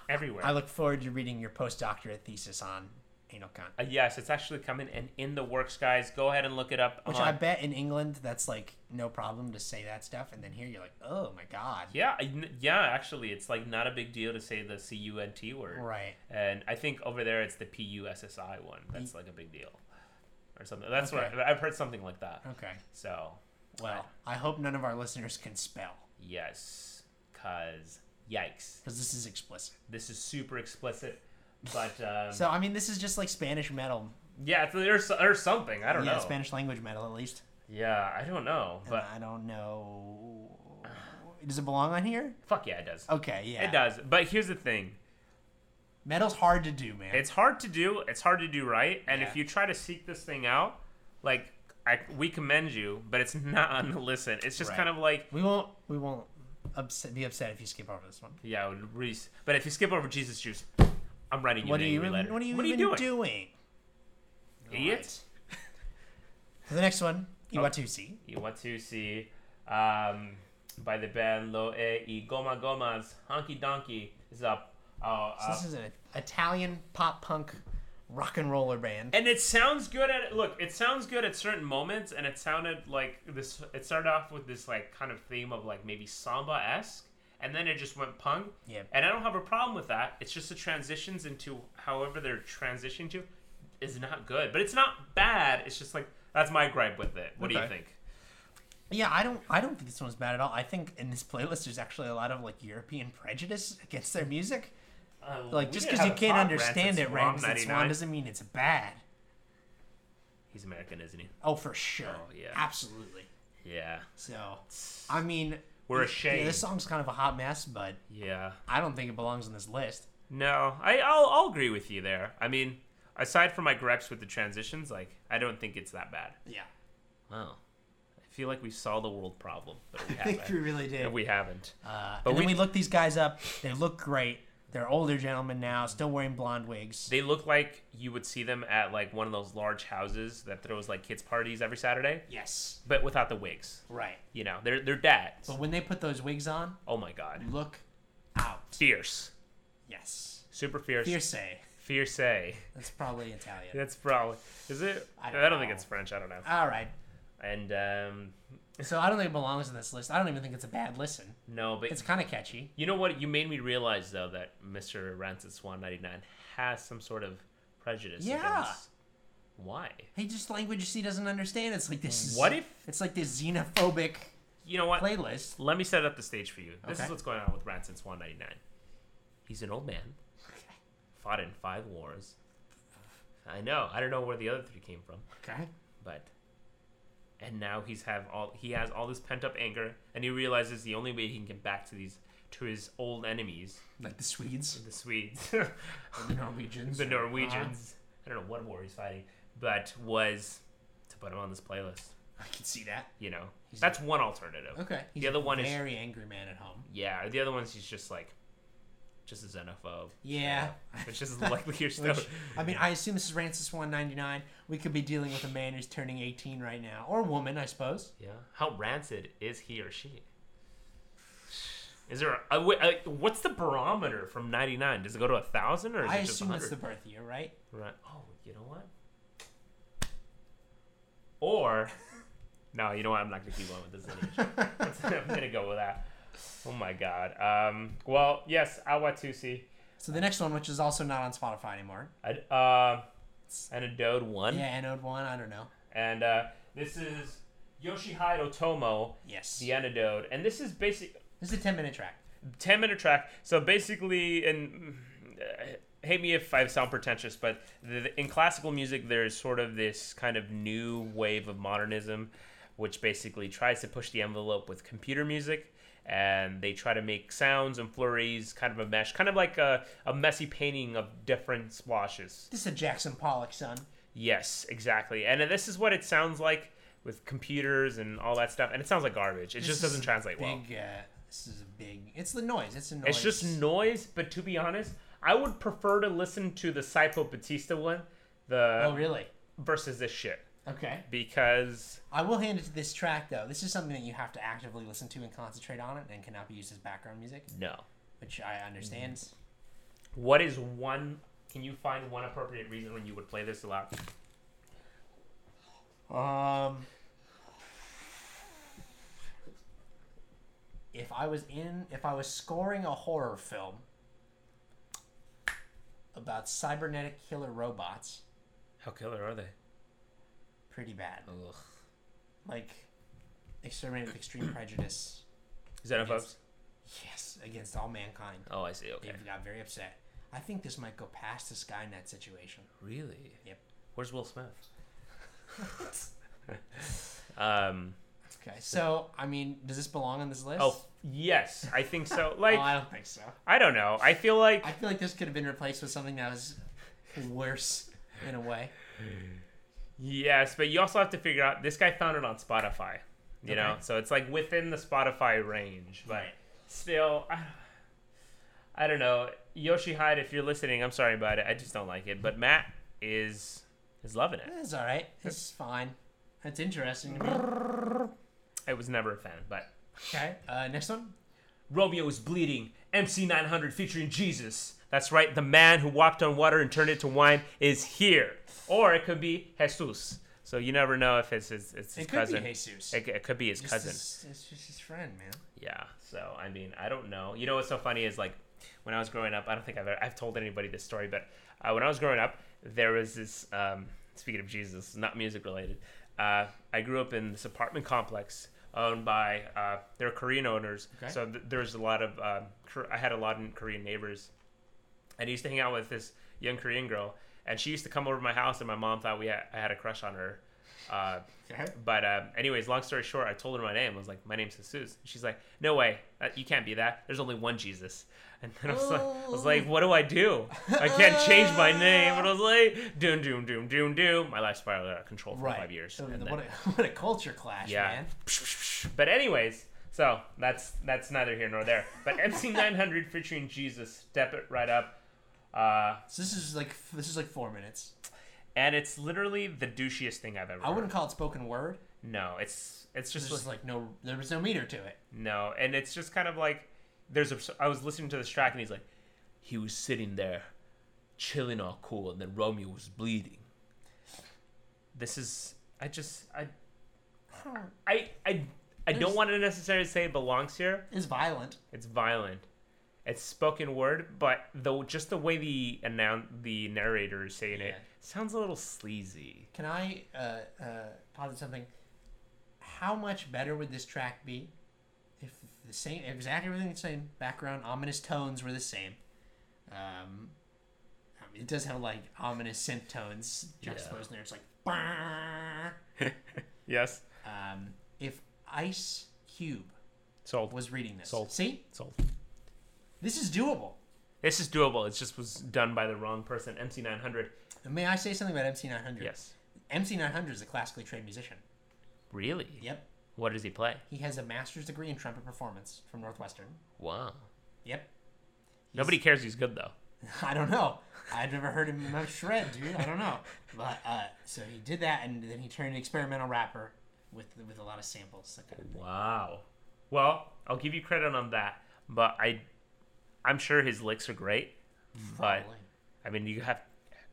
Speaker 2: everywhere.
Speaker 1: I look forward to reading your postdoctorate thesis on anal cunt,
Speaker 2: Uh, yes, it's actually coming and in the works, guys. Go ahead and look it up.
Speaker 1: which
Speaker 2: on-
Speaker 1: I bet in England that's like no problem to say that stuff, and then here you're like, oh my god,
Speaker 2: yeah, I- n- yeah. Actually, it's like not a big deal to say the C U N T word.
Speaker 1: right?
Speaker 2: And I think over there it's the P U S S I one. That's like a big deal, or something. That's
Speaker 1: Okay. Uh-huh.
Speaker 2: what I, I've heard something like that.
Speaker 1: Okay.
Speaker 2: So
Speaker 1: Well, I hope none of our listeners can spell
Speaker 2: yes, cause yikes,
Speaker 1: because this is explicit.
Speaker 2: this is super explicit. But um,
Speaker 1: So I mean, this is just like Spanish metal.
Speaker 2: yeah, it's- there's there's something I don't
Speaker 1: yeah,
Speaker 2: know.
Speaker 1: Spanish language metal at least.
Speaker 2: Yeah, I don't know,
Speaker 1: And
Speaker 2: but
Speaker 1: I don't know. Does it belong on here?
Speaker 2: fuck yeah, it does.
Speaker 1: Okay, Oh, yeah.
Speaker 2: It does. But here's the thing:
Speaker 1: Metal's hard to do, man.
Speaker 2: it's hard to do. It's hard to do right. And
Speaker 1: Yeah.
Speaker 2: if you try to seek this thing out, like I, we commend you, but it's not on the listen. It's just
Speaker 1: Right.
Speaker 2: kind of like
Speaker 1: we won't. We won't upset, be upset if you skip over this one.
Speaker 2: Yeah, I would re- but if you skip over Jesus Juice, I'm writing you
Speaker 1: What
Speaker 2: an
Speaker 1: are you?
Speaker 2: angry
Speaker 1: Even,
Speaker 2: letter.
Speaker 1: what are you?
Speaker 2: what
Speaker 1: even
Speaker 2: doing?
Speaker 1: doing?
Speaker 2: Idiot.
Speaker 1: For the next one,
Speaker 2: Oh.
Speaker 1: Iwatusi.
Speaker 2: You want to see um, by the band Loe y Goma Gomas, Honky Donkey is up. Uh,
Speaker 1: So this is an Italian pop punk rock and roller band.
Speaker 2: and it sounds good at look. It sounds good at certain moments, and it sounded like this. It started off with this like kind of theme of like maybe samba esque, and then it just went punk.
Speaker 1: Yeah.
Speaker 2: And I don't have a problem with that. It's just the transitions into however they're transitioning to is not good. But it's not bad. It's just like that's my gripe with it. What do you
Speaker 1: Okay.
Speaker 2: think?
Speaker 1: Yeah, I don't. I don't think this one's bad at all. I think in this playlist, there's actually a lot of like European prejudice against their music. Like just because you can't understand it, right? It's Swan doesn't mean it's bad.
Speaker 2: He's American, isn't he?
Speaker 1: Oh, for sure.
Speaker 2: Oh, yeah.
Speaker 1: Absolutely.
Speaker 2: Yeah.
Speaker 1: So, I mean,
Speaker 2: We're
Speaker 1: yeah,
Speaker 2: ashamed.
Speaker 1: this song's kind of a hot mess, but
Speaker 2: Yeah.
Speaker 1: I don't think it belongs on this list.
Speaker 2: No, I I'll, I'll agree with you there. I mean, aside from my gripes with the transitions, like I don't think it's that bad.
Speaker 1: Yeah,
Speaker 2: Wow. I feel like we solved the world problem, but we
Speaker 1: I think we
Speaker 2: haven't.
Speaker 1: really did.
Speaker 2: we haven't.
Speaker 1: uh,
Speaker 2: but
Speaker 1: and then
Speaker 2: we-
Speaker 1: we looked these guys up. They look great. They're older gentlemen now, still wearing blonde wigs.
Speaker 2: They look like you would see them at like one of those large houses that throws like kids parties every Saturday,
Speaker 1: yes,
Speaker 2: but without the wigs.
Speaker 1: right.
Speaker 2: You know, they're they're dads.
Speaker 1: But when they put those wigs on,
Speaker 2: Oh my god,
Speaker 1: look out.
Speaker 2: fierce,
Speaker 1: Yes,
Speaker 2: super fierce, fierce.
Speaker 1: fierce.
Speaker 2: Fierce.
Speaker 1: That's probably Italian.
Speaker 2: That's probably is it?
Speaker 1: I
Speaker 2: I
Speaker 1: don't
Speaker 2: don't, think
Speaker 1: know.
Speaker 2: it's French. I don't know.
Speaker 1: All right.
Speaker 2: And um,
Speaker 1: So I don't think it belongs on this list. I don't even think it's a bad listen.
Speaker 2: no, but
Speaker 1: It's kind of catchy.
Speaker 2: you know what? You made me realize though that Mr. Rancid Swan ninety nine has some sort of prejudice.
Speaker 1: Yeah.
Speaker 2: Against... Why?
Speaker 1: Hey, just language she doesn't understand. It's like this. Is,
Speaker 2: What if-
Speaker 1: it's like this xenophobic
Speaker 2: You know what?
Speaker 1: playlist?
Speaker 2: Let me set up the stage for you. This
Speaker 1: Okay.
Speaker 2: is what's going on with Rancid Swan 99. He's an old man. Fought in five wars. I know. I don't know where the other three came from,
Speaker 1: Okay.
Speaker 2: but and now he's have all he has all this pent up anger, and he realizes the only way he can get back to these to his old enemies,
Speaker 1: Like the Swedes,
Speaker 2: the Swedes,
Speaker 1: the Norwegians,
Speaker 2: the Norwegians. I don't know what war he's fighting, but was to put him on this playlist.
Speaker 1: Uh, I can see that.
Speaker 2: You know,
Speaker 1: He's-
Speaker 2: that's one alternative.
Speaker 1: Okay.
Speaker 2: The other one
Speaker 1: very
Speaker 2: is-
Speaker 1: very angry man at home.
Speaker 2: Yeah, the other one's he's just like, just a xenophobe.
Speaker 1: Yeah.
Speaker 2: Which is likely your stuff.
Speaker 1: Which, I mean, I assume this is Rancis 199. We could be dealing with a man who's turning 18 right now, or a woman, I suppose.
Speaker 2: Yeah. How rancid is he or she? Is there a, a, wi- a- what's the barometer from 99? Does it go to a 1,000 or is
Speaker 1: I
Speaker 2: it just
Speaker 1: assume it's
Speaker 2: 100?
Speaker 1: the birth year, right?
Speaker 2: Right. Oh, you know what? Or, no, you know what? I'm not going to keep going with this lineage. It's- I'm going to go with that. Oh my god. Um, well, yes, Awatusi.
Speaker 1: So the next one, which is also not on Spotify anymore.
Speaker 2: Ad- Uh, and a Dode 1.
Speaker 1: Yeah, Anode 1, I don't know.
Speaker 2: And uh, This is Yoshihide Otomo,
Speaker 1: Yes.
Speaker 2: The Antidote, and this is basic
Speaker 1: This is a 10 minute track.
Speaker 2: 10 minute track. So basically, and uh, hate me if I sound pretentious, but the, in classical music, there's sort of this kind of new wave of modernism, which basically tries to push the envelope with computer music. And they try to make sounds and flurries, kind of a mesh, kind of like a, a messy painting of different splashes.
Speaker 1: This is a Jackson Pollock, son.
Speaker 2: Yes, exactly. And this is what it sounds like with computers and all that stuff. And it sounds like garbage. It
Speaker 1: This
Speaker 2: just
Speaker 1: is
Speaker 2: doesn't translate
Speaker 1: Big,
Speaker 2: well.
Speaker 1: uh, this is a big. It's the noise. It's the noise.
Speaker 2: It's just noise. But to be honest, I would prefer to listen to the Saipo Batista one, the
Speaker 1: Oh, really?
Speaker 2: versus this shit
Speaker 1: Okay.
Speaker 2: because
Speaker 1: I will hand it to this track, though. This is something that you have to actively listen to and concentrate on it and cannot be used as background music,
Speaker 2: no.
Speaker 1: which I
Speaker 2: Mm-hmm.
Speaker 1: understand.
Speaker 2: What is one? Can you find one appropriate reason when you would play this a lot?
Speaker 1: Um, if I was in, if I was scoring a horror film about cybernetic killer robots,
Speaker 2: How killer are they?
Speaker 1: pretty bad.
Speaker 2: Ugh.
Speaker 1: Like, exterminate with extreme prejudice.
Speaker 2: Xenophobes.
Speaker 1: Yes, against all mankind.
Speaker 2: Oh, I see. Okay.
Speaker 1: David got very upset. I think this might go past the Skynet situation.
Speaker 2: Really?
Speaker 1: Yep.
Speaker 2: Where's Will Smith? um.
Speaker 1: Okay, so I mean, does this belong on this list?
Speaker 2: Oh yes, I think so.
Speaker 1: Oh,
Speaker 2: Like
Speaker 1: I don't think so.
Speaker 2: I don't know. I feel like
Speaker 1: I feel like this could have been replaced with something that was worse in a way.
Speaker 2: yes, but you also have to figure out this guy found it on Spotify, you know.
Speaker 1: Okay.
Speaker 2: So it's like within the Spotify range, but still, I, I don't know. Yoshi Hyde, if you're listening, I'm sorry about it. I just don't like it. But Matt is is loving it.
Speaker 1: It's all right. It's fine. That's interesting. to me.
Speaker 2: I was never a fan, but
Speaker 1: Okay. Uh, next one.
Speaker 2: Romeo is bleeding. MC 900 featuring Jesus. That's right, the man who walked on water and turned it to wine is here. Or it could be Jesus. So you never know if it's his, it's his
Speaker 1: It could
Speaker 2: cousin.
Speaker 1: be Jesus.
Speaker 2: It, it could be his
Speaker 1: Just
Speaker 2: cousin.
Speaker 1: his- it's just his friend, man.
Speaker 2: Yeah. So I mean, I don't know. You know what's so funny is like when I was growing up. I don't think I've ever, I've told anybody this story, but uh, when I was growing up, there was this. Um, speaking of Jesus, not music related. Uh, I grew up in this apartment complex owned by uh, they're Korean owners.
Speaker 1: Okay.
Speaker 2: So th- there was a lot of um, Kor- I had a lot of Korean neighbors, and I used to hang out with this young Korean girl, and she used to come over to my house, and my mom thought we had, I had a crush on her. Uh,
Speaker 1: Okay.
Speaker 2: but um, anyways, long story short, I told her my name. I was like, "My name's Jesus." She's like, "No way, that, you can't be that. There's only one Jesus." And then I was like, "I was
Speaker 1: Oh.
Speaker 2: like, what do I do? I can't change my name." And I was like, "Doom, doom, doom, doom, doom." My life spiraled out of control for
Speaker 1: Right.
Speaker 2: five years.
Speaker 1: So
Speaker 2: and
Speaker 1: the-
Speaker 2: then-
Speaker 1: what, a, what a culture clash,
Speaker 2: yeah.
Speaker 1: man.
Speaker 2: But anyways, so that's that's neither here nor there. But MC 900 featuring Jesus, step it right up. Uh,
Speaker 1: So this is like this is like four minutes.
Speaker 2: and it's literally the douchiest thing I've ever.
Speaker 1: I
Speaker 2: heard.
Speaker 1: wouldn't call it spoken word.
Speaker 2: No, it's
Speaker 1: There's
Speaker 2: it's just
Speaker 1: just like no, there was no meter to it.
Speaker 2: No, and it's just kind of like there's a. I was listening to this track and he's like, he was sitting there, chilling all cool, and then Romeo was bleeding. This is I just I I I, I don't
Speaker 1: There's-
Speaker 2: want to necessarily say it belongs here.
Speaker 1: It's violent.
Speaker 2: It's violent, it's spoken word, but though just the way the announ the narrator is saying it
Speaker 1: Yeah.
Speaker 2: sounds a little sleazy.
Speaker 1: Can I uh, uh, posit something? How much better would this track be if the same, exactly everything the same, background, ominous tones were the same? Um, I mean, it does have like ominous synth tones juxtaposed in there. It's like, "Bah."
Speaker 2: Yes,
Speaker 1: um, if Ice Cube
Speaker 2: sold,
Speaker 1: was reading this,
Speaker 2: Sold.
Speaker 1: see,
Speaker 2: sold.
Speaker 1: this is doable.
Speaker 2: This is doable. It just was done by the wrong person. MC nine hundred.
Speaker 1: May I say something about MC900?
Speaker 2: Yes.
Speaker 1: MC900 is a classically trained musician.
Speaker 2: Really?
Speaker 1: Yep.
Speaker 2: What does he play?
Speaker 1: He has a master's degree in trumpet performance from Northwestern.
Speaker 2: Wow.
Speaker 1: Yep.
Speaker 2: Nobody cares he's good though.
Speaker 1: I don't know. I've never heard him much shred, dude. I don't know. But uh, so he did that, and then he turned an experimental rapper with with a lot of samples. That kind of thing.
Speaker 2: Wow. Well, I'll give you credit on that, but I I'm sure his licks are great. But
Speaker 1: Probably.
Speaker 2: I mean you have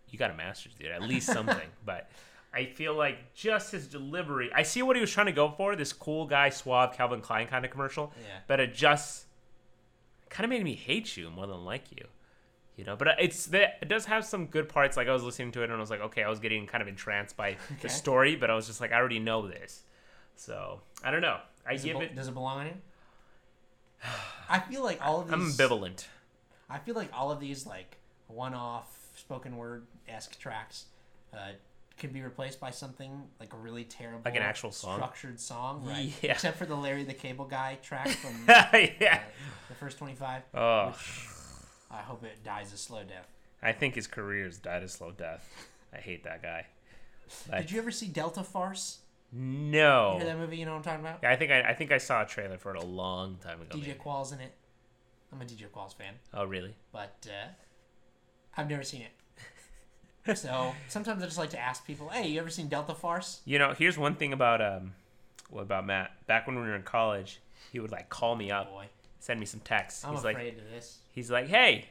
Speaker 2: you got a master's dude, at least something. but I feel like just his delivery I see what he was trying to go for, this cool guy suave Calvin Klein kind of commercial.
Speaker 1: Yeah.
Speaker 2: But it just kinda made me hate you more than like you. you know but it's the, it does have some good parts like i was listening to it and i was like okay i was getting kind of entranced by
Speaker 1: Okay.
Speaker 2: the story but i was just like i already know this so i don't know i
Speaker 1: Does, it,
Speaker 2: give
Speaker 1: bel-
Speaker 2: it
Speaker 1: does it belong on you? I feel like all of these.
Speaker 2: i'm ambivalent
Speaker 1: I feel like all of these like one-off spoken word esque tracks uh, could be replaced by something like a really terrible,
Speaker 2: Like an actual song?
Speaker 1: structured song, right?
Speaker 2: Yeah.
Speaker 1: Except for the Larry the Cable Guy track from uh,
Speaker 2: yeah
Speaker 1: the first twenty-five.
Speaker 2: oh
Speaker 1: Which I hope it dies a slow death.
Speaker 2: i think his career's died a slow death i hate that guy But-
Speaker 1: Did you ever see Delta Farce? You
Speaker 2: no
Speaker 1: hear that movie? You know what I'm talking about?
Speaker 2: Oh. Yeah, I think I, I think I saw a trailer for it a long time ago.
Speaker 1: DJ
Speaker 2: maybe.
Speaker 1: Qualls in it. I'm a DJ Qualls fan,
Speaker 2: Oh really?
Speaker 1: but uh, I've never seen it. So sometimes I just like to ask people, "Hey, you ever seen Delta Farce?"
Speaker 2: You know, here's one thing about um, what about Matt? Back when we were in college, he would like call me up,
Speaker 1: Boy,
Speaker 2: send me some texts.
Speaker 1: I'm
Speaker 2: Oh, he's like,
Speaker 1: afraid of this.
Speaker 2: he's like, hey,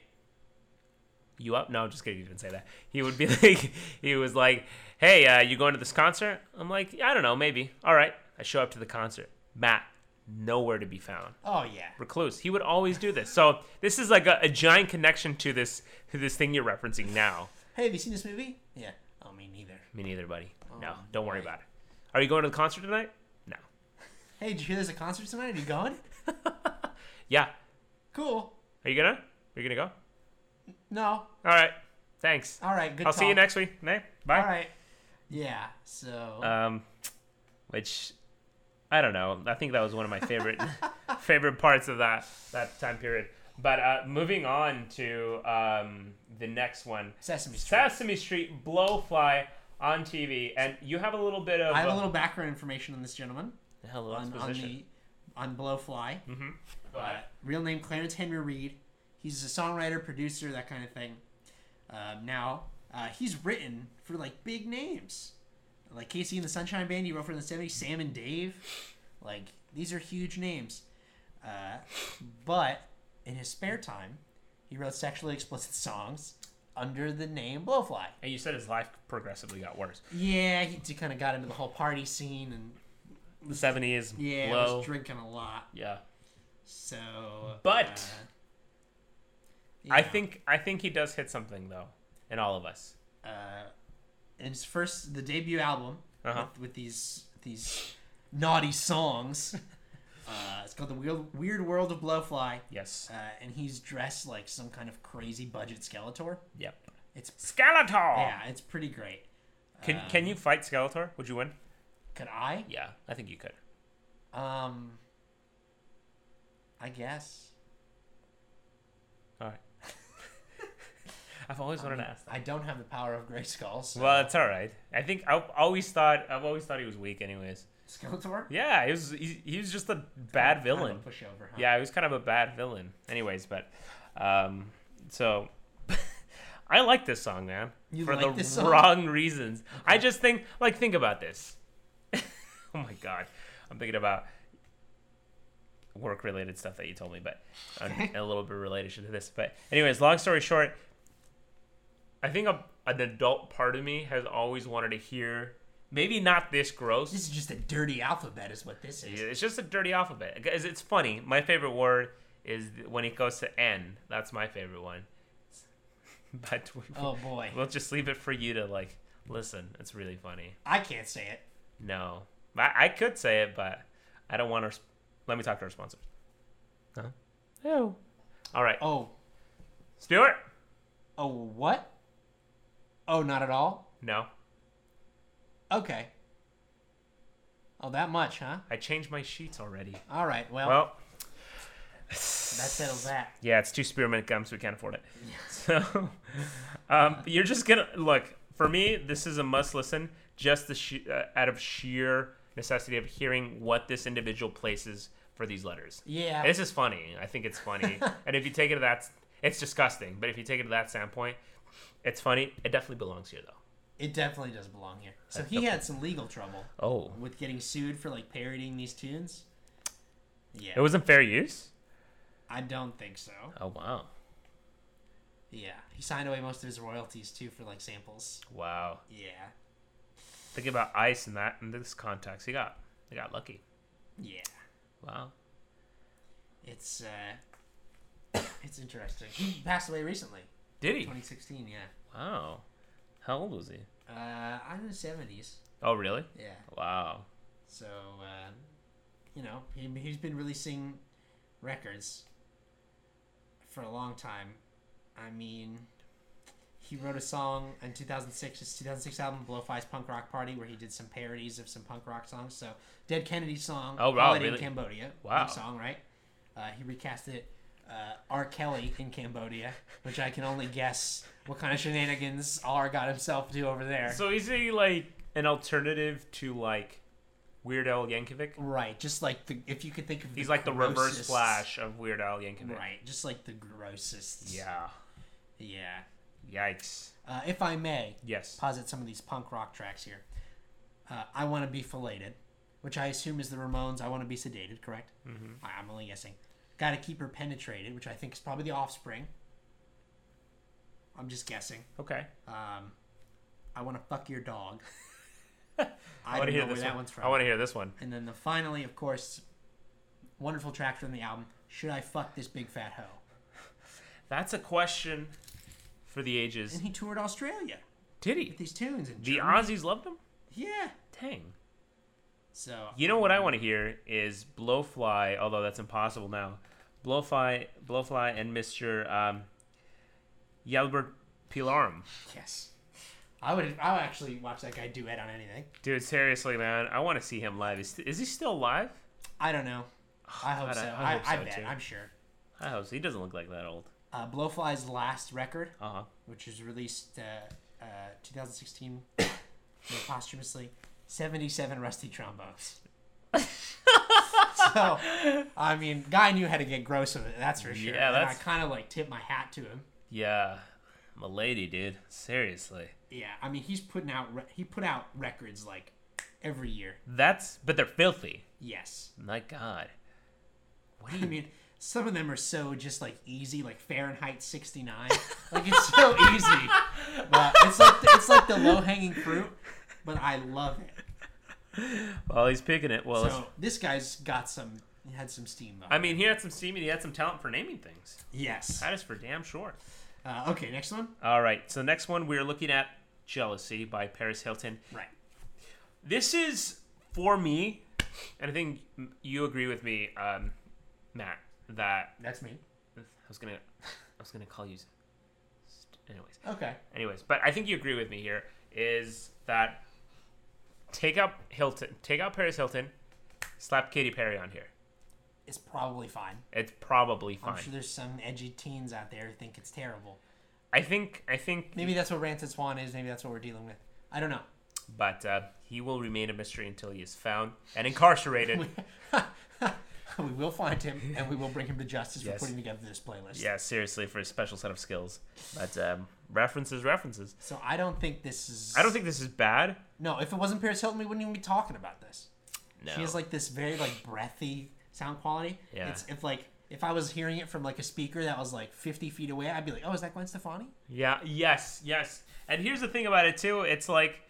Speaker 2: you up? No, I'm just kidding. He didn't say that. He would be like, he was like, hey, uh, you going to this concert? I'm like, "Yeah, I don't know, maybe. All right, I show up to the concert. Matt, nowhere to be found.
Speaker 1: Oh yeah.
Speaker 2: recluse. He would always do this. So this is like a, a giant connection to this to this thing you're referencing now.
Speaker 1: Hey, have you seen this movie? Yeah. Oh, me neither.
Speaker 2: Me neither, buddy. No,
Speaker 1: Oh,
Speaker 2: don't worry
Speaker 1: boy.
Speaker 2: about it. Are you going to the concert tonight? No.
Speaker 1: Hey, did you hear there's a concert tonight? Are you going?
Speaker 2: Yeah.
Speaker 1: Cool.
Speaker 2: Are you gonna? Are you gonna go?
Speaker 1: No.
Speaker 2: All right. Thanks.
Speaker 1: All right. Good.
Speaker 2: I'll see you
Speaker 1: talk.
Speaker 2: next week. Nay. Bye.
Speaker 1: All right. Yeah. So.
Speaker 2: Um, which I don't know. I think that was one of my favorite favorite parts of that that time period. But uh, moving on to um, the next one,
Speaker 1: Sesame Street.
Speaker 2: Sesame Street Blowfly on TV, and you have a little bit of
Speaker 1: I have
Speaker 2: uh,
Speaker 1: a little background information on this gentleman
Speaker 2: hello
Speaker 1: on, on
Speaker 2: exposition.
Speaker 1: the on Blowfly.
Speaker 2: mm-hmm.
Speaker 1: Uh, real name Clarence Henry Reed. He's a songwriter, producer, that kind of thing. Um, now uh, he's written for like big names, like Casey and the Sunshine Band. He wrote for in the '70s. Sam and Dave. Like these are huge names. Uh, but in his spare time, he wrote sexually explicit songs under the name Blowfly.
Speaker 2: and you said his life progressively got worse.
Speaker 1: Yeah, he kind of got into the whole party scene and
Speaker 2: The seventies,
Speaker 1: yeah,
Speaker 2: blow,
Speaker 1: was drinking a lot.
Speaker 2: yeah.
Speaker 1: So,
Speaker 2: But-
Speaker 1: uh,
Speaker 2: I
Speaker 1: yeah.
Speaker 2: think I think he does hit something though, in all of us.
Speaker 1: uh, his first the debut album
Speaker 2: Uh-huh.
Speaker 1: with, with these these naughty songs. uh, it's called the Weird, Weird World of Blowfly,
Speaker 2: Yes.
Speaker 1: uh, and he's dressed like some kind of crazy budget Skeletor.
Speaker 2: Yep.
Speaker 1: It's
Speaker 2: Skeletor.
Speaker 1: yeah, it's pretty great.
Speaker 2: Can
Speaker 1: Um,
Speaker 2: Can you fight Skeletor? Would you win?
Speaker 1: Could I?
Speaker 2: Yeah, I think you could.
Speaker 1: Um, I guess.
Speaker 2: All right. I've always wanted to ask.
Speaker 1: I don't have the power of Gray Skulls. So.
Speaker 2: Well, it's all right. I think I always thought I've always thought he was weak. Anyways.
Speaker 1: Skeletor.
Speaker 2: Yeah, he was. He, he was just a bad
Speaker 1: Kind of
Speaker 2: villain.
Speaker 1: a pushover. Huh?
Speaker 2: Yeah, he was kind of a bad villain. Anyways, but um, so I like this song, man,
Speaker 1: You
Speaker 2: for
Speaker 1: like
Speaker 2: the
Speaker 1: this song?
Speaker 2: wrong reasons. I just think, like, think about this. oh my god, I'm thinking about work-related stuff that you told me, but and a little bit related to this. But anyways, long story short, I think a, an adult part of me has always wanted to hear, maybe not this gross,
Speaker 1: This is just a dirty alphabet, is what this is.
Speaker 2: yeah, It's just a dirty alphabet. Guys, It's funny. My favorite word is when it goes to N. That's my favorite one. But we,
Speaker 1: Oh boy,
Speaker 2: we'll just leave it for you to like listen. It's really funny.
Speaker 1: I can't say it.
Speaker 2: No, I, I could say it, but I don't want to. Let me talk to our sponsors. Huh? Oh. All right,
Speaker 1: Oh,
Speaker 2: Stuart.
Speaker 1: Oh, what? Oh, not at all?
Speaker 2: No,
Speaker 1: Okay. Oh, that much, huh?
Speaker 2: I changed my sheets already.
Speaker 1: All right, well,
Speaker 2: Well,
Speaker 1: that settles that.
Speaker 2: Yeah, it's two spearmint gums. We can't afford it. So, um, you're just gonna look. For me, this is a must listen, just the sh- uh, out of sheer necessity of hearing what this individual places for these letters.
Speaker 1: Yeah.
Speaker 2: This is funny. I think it's funny. and if you take it to that, it's disgusting. But if you take it to that standpoint, it's funny. It definitely belongs here, though.
Speaker 1: It definitely does belong here. So he had some legal trouble
Speaker 2: Oh,
Speaker 1: with getting sued for like parodying these tunes.
Speaker 2: it
Speaker 1: Yeah.
Speaker 2: wasn't fair use.
Speaker 1: I don't think so.
Speaker 2: Oh wow,
Speaker 1: Yeah. He signed away most of his royalties too for like samples.
Speaker 2: wow.
Speaker 1: Yeah.
Speaker 2: Think about ice in that in this context. He got, he got lucky.
Speaker 1: Yeah.
Speaker 2: Wow.
Speaker 1: It's uh it's interesting. He passed away recently.
Speaker 2: Did he?
Speaker 1: 2016, yeah.
Speaker 2: Wow. How old was he?
Speaker 1: Uh, I'm in the 70s.
Speaker 2: Oh, really?
Speaker 1: Yeah.
Speaker 2: Wow.
Speaker 1: So, uh, you know, he, he's been releasing records for a long time. I mean, he wrote a song in 2006, his 2006 album, Blowfly's Punk Rock Party, where he did some parodies of some punk rock songs. So, Dead Kennedy song,
Speaker 2: Oh, wow,
Speaker 1: Holiday
Speaker 2: really?
Speaker 1: in Cambodia,
Speaker 2: Wow.
Speaker 1: big song, right? Uh, he recast it. Uh, R. Kelly in Cambodia, which I can only guess what kind of shenanigans R got himself to over there.
Speaker 2: So is he like an alternative to like Weird Al Yankovic?
Speaker 1: Right, just like the if you could think of
Speaker 2: He's like the reverse
Speaker 1: grossest-
Speaker 2: flash of Weird Al Yankovic.
Speaker 1: Right, just like the grossest.
Speaker 2: Yeah.
Speaker 1: yeah.
Speaker 2: Yikes.
Speaker 1: Uh, if I may
Speaker 2: Yes.
Speaker 1: posit some of these punk rock tracks here, uh, I want to be filleted, which I assume is the Ramones. I want to be sedated, correct? Mm-hmm. I, I'm only guessing. Got to keep her penetrated, which I think is probably the Offspring. I'm just guessing.
Speaker 2: Okay.
Speaker 1: Um, I want to fuck your dog.
Speaker 2: I,
Speaker 1: I,
Speaker 2: want
Speaker 1: don't
Speaker 2: to hear
Speaker 1: know where
Speaker 2: this
Speaker 1: that
Speaker 2: one.
Speaker 1: one's from.
Speaker 2: I want to hear this one.
Speaker 1: And then the finally, of course, wonderful track from the album, Should I Fuck This Big Fat Hoe?
Speaker 2: That's a question for the ages.
Speaker 1: And he toured Australia
Speaker 2: Did
Speaker 1: with
Speaker 2: he?
Speaker 1: these tunes. And
Speaker 2: The
Speaker 1: Germany.
Speaker 2: Aussies loved him?
Speaker 1: Yeah.
Speaker 2: Dang.
Speaker 1: So,
Speaker 2: You know what I want to hear is Blowfly, although that's impossible now. Blowfly, Blowfly, and Mister um, Yalbert Pilarum.
Speaker 1: yes. I would I would actually watch that guy duet on anything.
Speaker 2: Dude, seriously, man, I want to see him live. Is, is he still alive?
Speaker 1: I don't know. I hope
Speaker 2: God, I-
Speaker 1: so.
Speaker 2: I
Speaker 1: I,
Speaker 2: hope
Speaker 1: I,
Speaker 2: so,
Speaker 1: bet.
Speaker 2: too.
Speaker 1: I'm sure.
Speaker 2: I hope so. He doesn't look like that old.
Speaker 1: Uh, Blowfly's last record,
Speaker 2: Uh huh.
Speaker 1: which was released uh, uh, 2016 you know, posthumously, 77 rusty trombones. so, I mean, guy knew how to get gross with it. That's for sure.
Speaker 2: Yeah,
Speaker 1: And I
Speaker 2: that's-
Speaker 1: kind of like tip my hat to him.
Speaker 2: Yeah, I'm a lady, dude. Seriously,
Speaker 1: Yeah, I mean, he's putting out re- he put out records like every year.
Speaker 2: that's but they're filthy.
Speaker 1: Yes,
Speaker 2: My God. What do
Speaker 1: I
Speaker 2: you
Speaker 1: mean, some of them are so just like easy, like Fahrenheit 69. like it's so easy, but it's like the, it's like the low hanging fruit. But I love it.
Speaker 2: Well, he's picking it. Well, it's-
Speaker 1: So this guy's got some he had some steam. Behind.
Speaker 2: I mean, he had some steam and he had some talent for naming things.
Speaker 1: yes.
Speaker 2: That is for damn sure.
Speaker 1: Uh, okay, next one.
Speaker 2: All right. So next one we're looking at "Jealousy" by Paris Hilton.
Speaker 1: Right.
Speaker 2: This is for me, and I think you agree with me, um, Matt, that
Speaker 1: That's me.
Speaker 2: I was gonna, I was gonna call you. st- Anyways,
Speaker 1: Okay.
Speaker 2: anyways, but I think you agree with me here is that take out Hilton, take out Paris Hilton, slap Katy Perry on here.
Speaker 1: It's probably fine.
Speaker 2: It's probably
Speaker 1: I'm
Speaker 2: fine.
Speaker 1: sure there's some edgy teens out there who think it's terrible.
Speaker 2: I think, I think,
Speaker 1: Maybe that's what Rancid Swan is. Maybe that's what we're dealing with. I don't know.
Speaker 2: but uh, he will remain a mystery until he is found and incarcerated.
Speaker 1: we will find him and we will bring him to justice
Speaker 2: Yes.
Speaker 1: for putting together this playlist.
Speaker 2: yeah, seriously, for a special set of skills. But um, references, references.
Speaker 1: So I don't think this is.
Speaker 2: I don't think this is bad.
Speaker 1: No, if it wasn't Paris Hilton, we wouldn't even be talking about this.
Speaker 2: No.
Speaker 1: She has like this very like breathy sound quality.
Speaker 2: Yeah.
Speaker 1: It's if like if I was hearing it from like a speaker that was like 50 feet away, I'd be like, oh, is that Gwen Stefani?
Speaker 2: Yeah. Yes. Yes. And here's the thing about it too. It's like,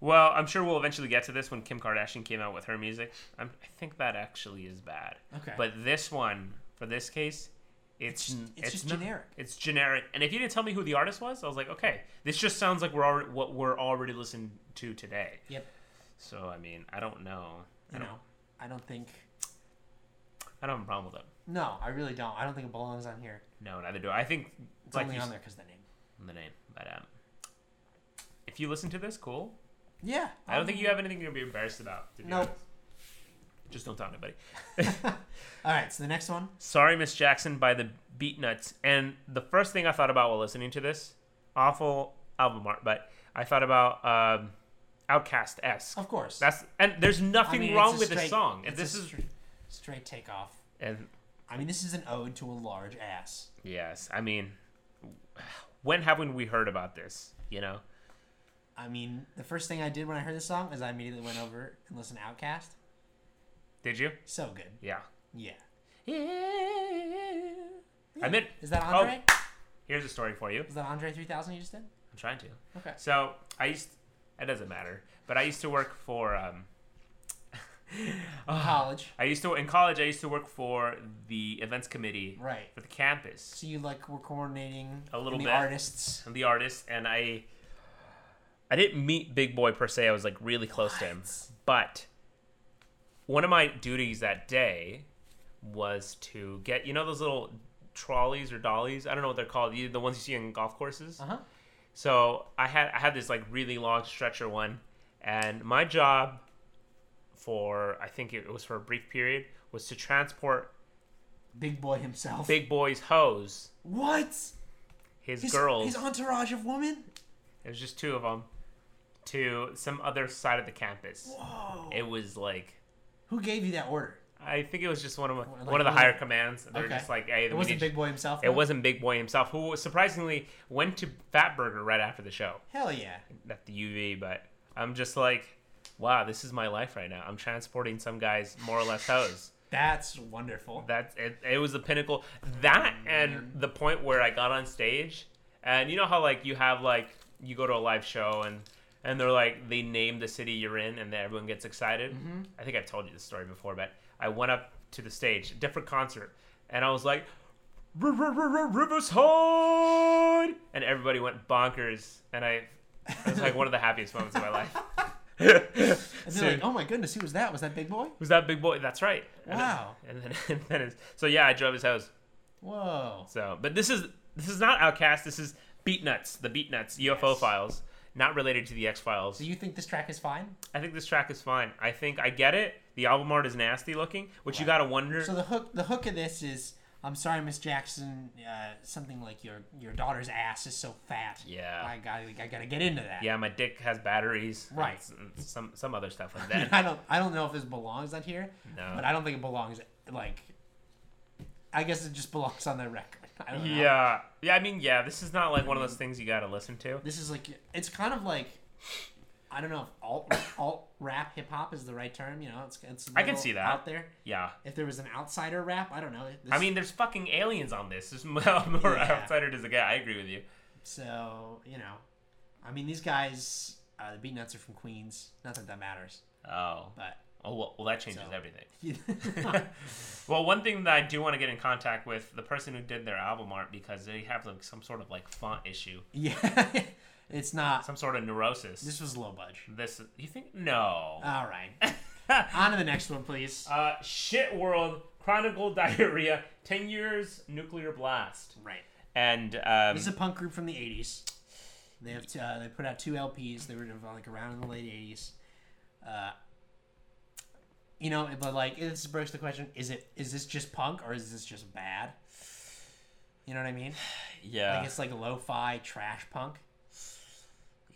Speaker 2: well, I'm sure we'll eventually get to this when Kim Kardashian came out with her music. I'm, I think that actually is bad.
Speaker 1: Okay.
Speaker 2: But this one, for this case, it's
Speaker 1: It's-
Speaker 2: n-
Speaker 1: it's just
Speaker 2: not-
Speaker 1: generic.
Speaker 2: It's generic. And if you didn't tell me who the artist was, I was like, okay, this just sounds like we're already what we're already listening to today.
Speaker 1: Yep.
Speaker 2: So I mean, I don't know.
Speaker 1: You know, I don't think.
Speaker 2: I don't have a problem with it.
Speaker 1: No, I really don't. I don't think it belongs on here.
Speaker 2: No, neither do I. I think
Speaker 1: It's
Speaker 2: like
Speaker 1: only
Speaker 2: you
Speaker 1: on
Speaker 2: s-
Speaker 1: there because the name.
Speaker 2: the name, but um, if you listen to this, cool.
Speaker 1: Yeah.
Speaker 2: I don't think you have anything to be embarrassed about. To be
Speaker 1: Nope.
Speaker 2: honest. Just don't tell anybody.
Speaker 1: All right, so the next one.
Speaker 2: Sorry, Miss Jackson by the Beatnuts. And the first thing I thought about while listening to this, awful album art, but I thought about um, Outcast esque.
Speaker 1: Of course.
Speaker 2: That's and there's
Speaker 1: I
Speaker 2: nothing
Speaker 1: mean, it's
Speaker 2: wrong
Speaker 1: a
Speaker 2: with the
Speaker 1: straight-
Speaker 2: song. And
Speaker 1: it's
Speaker 2: this
Speaker 1: a
Speaker 2: is
Speaker 1: stra- straight takeoff.
Speaker 2: and
Speaker 1: I mean, this is an ode to a large ass.
Speaker 2: yes, I mean, when haven't we heard about this? You know,
Speaker 1: I mean, the first thing I did when I heard this song is I immediately went over and listened to Outcast.
Speaker 2: did you?
Speaker 1: So good.
Speaker 2: Yeah.
Speaker 1: Yeah.
Speaker 2: I meant
Speaker 1: Is that
Speaker 2: Oh.
Speaker 1: Andre?
Speaker 2: here's a story for you.
Speaker 1: Is that Andre 3000 you just did?
Speaker 2: I'm trying to.
Speaker 1: Okay.
Speaker 2: So I used. It doesn't matter. But I used to work for. Um,
Speaker 1: college.
Speaker 2: I used to in college. I used to work for the events committee
Speaker 1: Right.
Speaker 2: for the campus
Speaker 1: So you like were coordinating
Speaker 2: A little
Speaker 1: the
Speaker 2: bit.
Speaker 1: artists.
Speaker 2: and the artists, and I. I didn't meet Big Boy per se. I was like really close to him, but one of my duties that day was to get you know those little trolleys or dollies. I don't know what they're called. you- The ones you see in golf courses.
Speaker 1: Uh huh.
Speaker 2: So I had I had this like really long stretcher one, and my job for I think it was for a brief period was to transport
Speaker 1: Big boy himself.
Speaker 2: Big Boy's hose,
Speaker 1: what?
Speaker 2: his,
Speaker 1: His,
Speaker 2: girls.
Speaker 1: His entourage of women.
Speaker 2: it was just two of them to some other side of the campus.
Speaker 1: Whoa.
Speaker 2: It was like
Speaker 1: Who gave you that order?
Speaker 2: I think it was just one of my,
Speaker 1: Like,
Speaker 2: one of the
Speaker 1: was it-
Speaker 2: higher commands. They're
Speaker 1: Okay.
Speaker 2: just like, hey,
Speaker 1: It
Speaker 2: we
Speaker 1: wasn't
Speaker 2: need you-
Speaker 1: Big Boy himself.
Speaker 2: It
Speaker 1: though?
Speaker 2: wasn't Big Boy himself, who surprisingly went to Fatburger right after the show.
Speaker 1: Hell yeah.
Speaker 2: not the UV, but I'm just like, wow, this is my life right now. I'm transporting some guy's more or less hose.
Speaker 1: That's wonderful.
Speaker 2: That's it. It was the pinnacle. That
Speaker 1: Oh,
Speaker 2: and the point where I got on stage, and you know how like you have like you go to a live show and and they're like they name the city you're in and then everyone gets excited.
Speaker 1: Mm-hmm.
Speaker 2: I think I've told you this story before, but I went up to the stage, different concert, and I was like. Rivers Hide! And everybody went bonkers, and I, it was like one of the happiest moments of my life.
Speaker 1: And
Speaker 2: So-
Speaker 1: they're like, oh my goodness, who was that? Was that Big Boy?
Speaker 2: Who's that big boy? That's right. And then-
Speaker 1: Wow.
Speaker 2: And then, and then it's, so yeah, I drove his house.
Speaker 1: Whoa.
Speaker 2: So, but this is this is not Outcast. This is Beat Nuts, the Beat Nuts UFO
Speaker 1: Yes.
Speaker 2: files, not related to the X Files.
Speaker 1: Do you think this track is fine?
Speaker 2: I think this track is fine. I think I get it. The album art is nasty looking, which you
Speaker 1: Right.
Speaker 2: gotta wonder.
Speaker 1: So the hook, the hook of this is, I'm sorry, Miss Jackson, uh, something like your your daughter's ass is so fat.
Speaker 2: Yeah.
Speaker 1: I got I got to get into that.
Speaker 2: yeah, my dick has batteries. and
Speaker 1: Right.
Speaker 2: s- and some some other stuff like
Speaker 1: I, mean,
Speaker 2: that.
Speaker 1: I don't I don't know if this belongs on here,
Speaker 2: No.
Speaker 1: but I don't think it belongs. Like, I guess it just belongs on the record. I don't know.
Speaker 2: yeah. Yeah. I mean, yeah. This is not like one of those things you gotta listen to.
Speaker 1: This is like it's kind of like. I don't know if alt alt rap hip hop is the right term. You know, it's it's a
Speaker 2: I can
Speaker 1: little
Speaker 2: see that.
Speaker 1: out there.
Speaker 2: Yeah.
Speaker 1: If there was an outsider rap, I don't know. This,
Speaker 2: I mean, there's fucking aliens on this. There's more outsider does a guy. I agree with you.
Speaker 1: so you know, I mean these guys, uh, the Beatnuts are from Queens. Not that that matters,
Speaker 2: Oh.
Speaker 1: but
Speaker 2: Oh well, well that changes
Speaker 1: So-
Speaker 2: everything.
Speaker 1: yeah,
Speaker 2: well, one thing that I do want to get in contact with the person who did their album art because they have like some sort of like font issue,
Speaker 1: it's not.
Speaker 2: some sort of neurosis. This,
Speaker 1: This was low budge.
Speaker 2: you think? No.
Speaker 1: All right, on to the next one, please.
Speaker 2: uh, shit world chronicle diarrhea. Ten years nuclear blast.
Speaker 1: Right.
Speaker 2: And um,
Speaker 1: This is a punk group from the '80s. They have t- uh, they put out two LPs. They were like around in the late '80s. Uh, you know, but like this breaks the question: Is it is this just punk or is this just bad? You know what I mean?
Speaker 2: yeah,
Speaker 1: Like it's like lo-fi trash punk.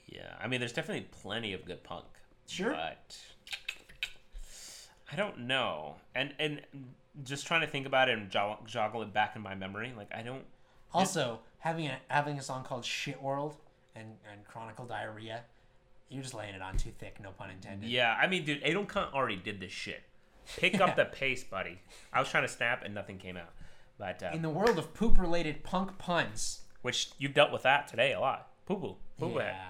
Speaker 2: yeah. I mean, there's definitely plenty of good punk.
Speaker 1: Sure.
Speaker 2: But I don't know. And and just trying to think about it and jog- joggle it back in my memory. Like I don't.
Speaker 1: also, having a having a song called "Shit World" and and "Chronicle Diarrhea," you're just laying it on too thick. No pun intended.
Speaker 2: Yeah, I mean, dude, Adel Khan already did this shit. Pick up the pace, buddy. I was trying to snap and nothing came out. But uh,
Speaker 1: In the world of poop-related punk puns,
Speaker 2: which you've dealt with that today a lot. Poo poo, poo poo.
Speaker 1: yeah.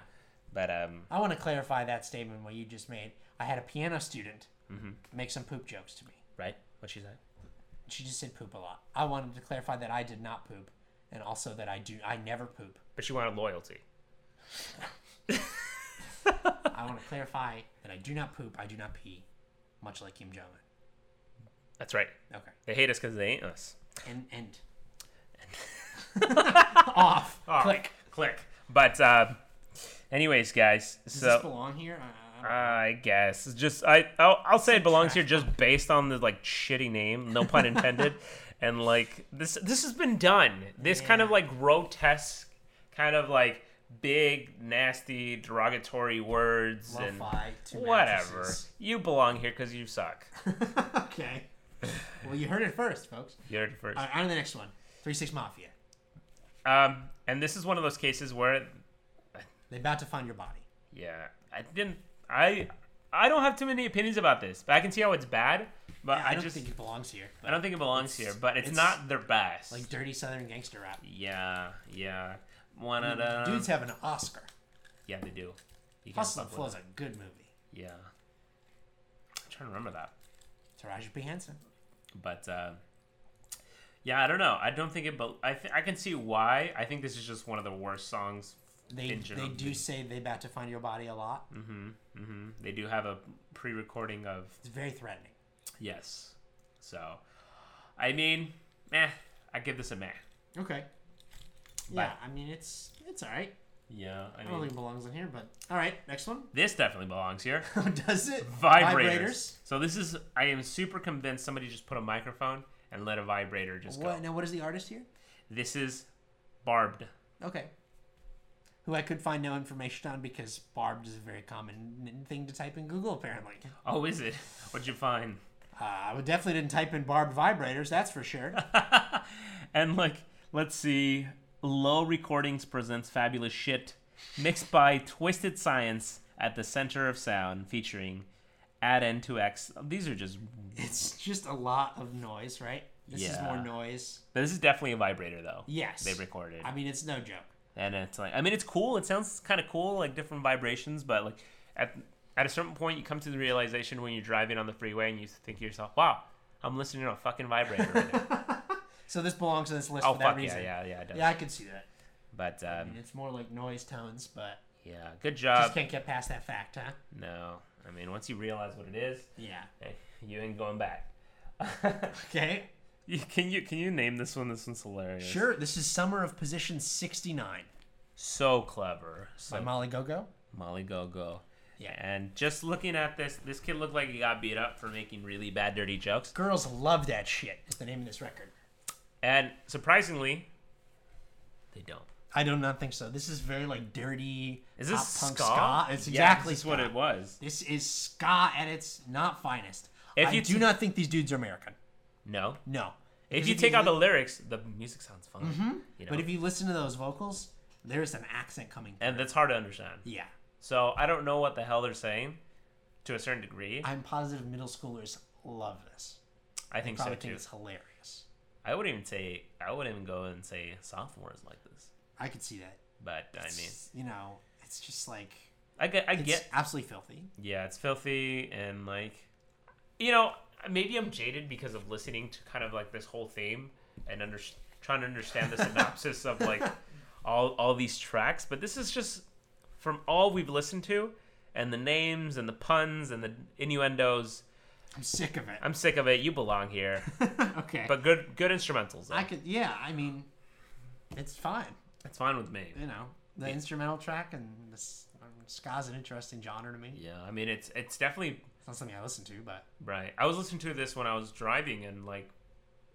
Speaker 2: But um,
Speaker 1: I want to clarify that statement what you just made. I had a piano student
Speaker 2: Mm-hmm.
Speaker 1: make some poop jokes to me.
Speaker 2: right? What she said?
Speaker 1: She just said poop a lot. I wanted to clarify that I did not poop, and also that I do. I never poop.
Speaker 2: But she wanted loyalty.
Speaker 1: I want to clarify that I do not poop. I do not pee, much like Kim Jong Un.
Speaker 2: That's right.
Speaker 1: Okay,
Speaker 2: They hate us because they ain't us.
Speaker 1: and and off.
Speaker 2: Ah,
Speaker 1: Click.
Speaker 2: click. But uh, anyways, guys.
Speaker 1: Does
Speaker 2: so
Speaker 1: this belong here? I- I- I don't-
Speaker 2: I guess It's just I I'll, I'll say it belongs here just based on the like shitty name, no pun intended, and like this this has been done. This kind of like grotesque, kind of like big nasty derogatory words and
Speaker 1: Lo-fi, two
Speaker 2: whatever.
Speaker 1: mattresses.
Speaker 2: You belong here because you suck.
Speaker 1: okay. Well, you heard it first, folks.
Speaker 2: You heard it first.
Speaker 1: All right, on to the next one. Three Six Mafia.
Speaker 2: Um, and this is one of those cases where
Speaker 1: They about to find your body.
Speaker 2: yeah, I didn't I I don't have too many opinions about this, but I can see how it's bad. But
Speaker 1: Yeah,
Speaker 2: I,
Speaker 1: I don't
Speaker 2: just
Speaker 1: think it belongs here.
Speaker 2: I don't think it belongs here. But it's,
Speaker 1: it's
Speaker 2: not their best.
Speaker 1: Like dirty Southern gangster rap.
Speaker 2: Yeah, yeah. One of them.
Speaker 1: Mm, Dudes have an Oscar.
Speaker 2: yeah, they do. Um, You can't
Speaker 1: Hustle and
Speaker 2: fuck
Speaker 1: Flow
Speaker 2: with
Speaker 1: is a good movie.
Speaker 2: it. Yeah. trying to remember that.
Speaker 1: Taraji P Henson.
Speaker 2: But uh, yeah, I don't know. I don't think it. But I th- I can see why. I think this is just one of the worst songs.
Speaker 1: They
Speaker 2: in general. mm.
Speaker 1: they do say they about to find your body a lot.
Speaker 2: Mm-hmm, mm-hmm. They do have a pre-recording of
Speaker 1: It's very threatening.
Speaker 2: yes. So, I mean, eh. I give this a meh.
Speaker 1: Okay. Yeah,
Speaker 2: But-
Speaker 1: I mean it's it's all right.
Speaker 2: Yeah, I
Speaker 1: I don't
Speaker 2: mean,
Speaker 1: think it belongs in here, but all right. Next one.
Speaker 2: this definitely belongs here.
Speaker 1: Does it?
Speaker 2: Vibrators. So this is. I am super convinced somebody just put a microphone and let a vibrator just go.
Speaker 1: What now? What is the artist here?
Speaker 2: This is barbed.
Speaker 1: Okay. Who I could find no information on because barbed is a very common n- thing to type in Google apparently.
Speaker 2: Oh, is it? What'd you find?
Speaker 1: Uh, I definitely didn't type in barbed vibrators. That's for sure.
Speaker 2: and like, let's see. Low Recordings presents fabulous shit, mixed by Twisted Science at the center of sound, featuring Add N2X. These are just.
Speaker 1: it's just a lot of noise, right? This is
Speaker 2: Yeah.
Speaker 1: more noise.
Speaker 2: This is definitely a vibrator though.
Speaker 1: Yes.
Speaker 2: They recorded,
Speaker 1: I mean, it's no joke.
Speaker 2: and it's like. I mean, it's cool. It sounds kind of cool, like different vibrations, but like at at a certain point, you come to the realization when you're driving on the freeway and you think to yourself, "Wow, I'm listening to a fucking vibrator." Right now."
Speaker 1: So this belongs to this list
Speaker 2: oh
Speaker 1: for that
Speaker 2: fuck yeah,
Speaker 1: reason.
Speaker 2: yeah, yeah, it does.
Speaker 1: Yeah, I could see that.
Speaker 2: But
Speaker 1: I mean,
Speaker 2: um, uh,
Speaker 1: it's more like noise tones, but
Speaker 2: yeah, good
Speaker 1: just
Speaker 2: job.
Speaker 1: can't get past that fact, huh?
Speaker 2: No, I mean once you realize what it is,
Speaker 1: Yeah.
Speaker 2: eh, you ain't going back.
Speaker 1: Okay.
Speaker 2: you, can you can you name this one? This one's hilarious.
Speaker 1: Sure. This is Summer of Position 69
Speaker 2: So clever. So
Speaker 1: by Molly Gogo.
Speaker 2: Molly Go Go.
Speaker 1: Yeah.
Speaker 2: And just looking at this, this kid looked like he got beat up for making really bad, dirty jokes.
Speaker 1: Girls love that shit. Is the name of this record?
Speaker 2: And surprisingly, they don't.
Speaker 1: I do not think so. This is very like dirty.
Speaker 2: Is this
Speaker 1: pop punk
Speaker 2: ska?
Speaker 1: It's
Speaker 2: Yeah,
Speaker 1: exactly
Speaker 2: this is what
Speaker 1: ska.
Speaker 2: it was.
Speaker 1: This is ska at its not finest.
Speaker 2: If
Speaker 1: I
Speaker 2: you
Speaker 1: do
Speaker 2: t-
Speaker 1: not think these dudes are American.
Speaker 2: No.
Speaker 1: No.
Speaker 2: If
Speaker 1: Because
Speaker 2: you take out the
Speaker 1: li-
Speaker 2: lyrics, the music sounds fun. You know?
Speaker 1: Mm-hmm. but if you listen to those vocals, there is an accent coming.
Speaker 2: and that's hard to understand.
Speaker 1: Yeah,
Speaker 2: So I don't know what the hell they're saying, to a certain degree.
Speaker 1: I'm positive middle schoolers love this.
Speaker 2: I think so
Speaker 1: Probably think
Speaker 2: too.
Speaker 1: it's hilarious.
Speaker 2: I wouldn't even say I wouldn't even go and say sophomores like this.
Speaker 1: I could see that.
Speaker 2: But I mean,
Speaker 1: It's- you know, it's just like
Speaker 2: I get, I
Speaker 1: it's
Speaker 2: get,
Speaker 1: absolutely filthy.
Speaker 2: yeah, it's filthy and like, you know, maybe I'm jaded because of listening to kind of like this whole theme and under, trying to understand the synopsis of like all all these tracks. But this is just from all we've listened to and the names and the puns and the innuendos.
Speaker 1: I'm sick of it.
Speaker 2: I'm sick of it. You belong here.
Speaker 1: okay,
Speaker 2: But good good instrumentals. Though.
Speaker 1: I could. Yeah, I mean, it's fine.
Speaker 2: it's fine with me.
Speaker 1: You know, the instrumental track and this um, ska's an interesting genre to me.
Speaker 2: Yeah, I mean it's it's definitely
Speaker 1: It's not something I listen to, but
Speaker 2: Right. I was listening to this when I was driving, and like,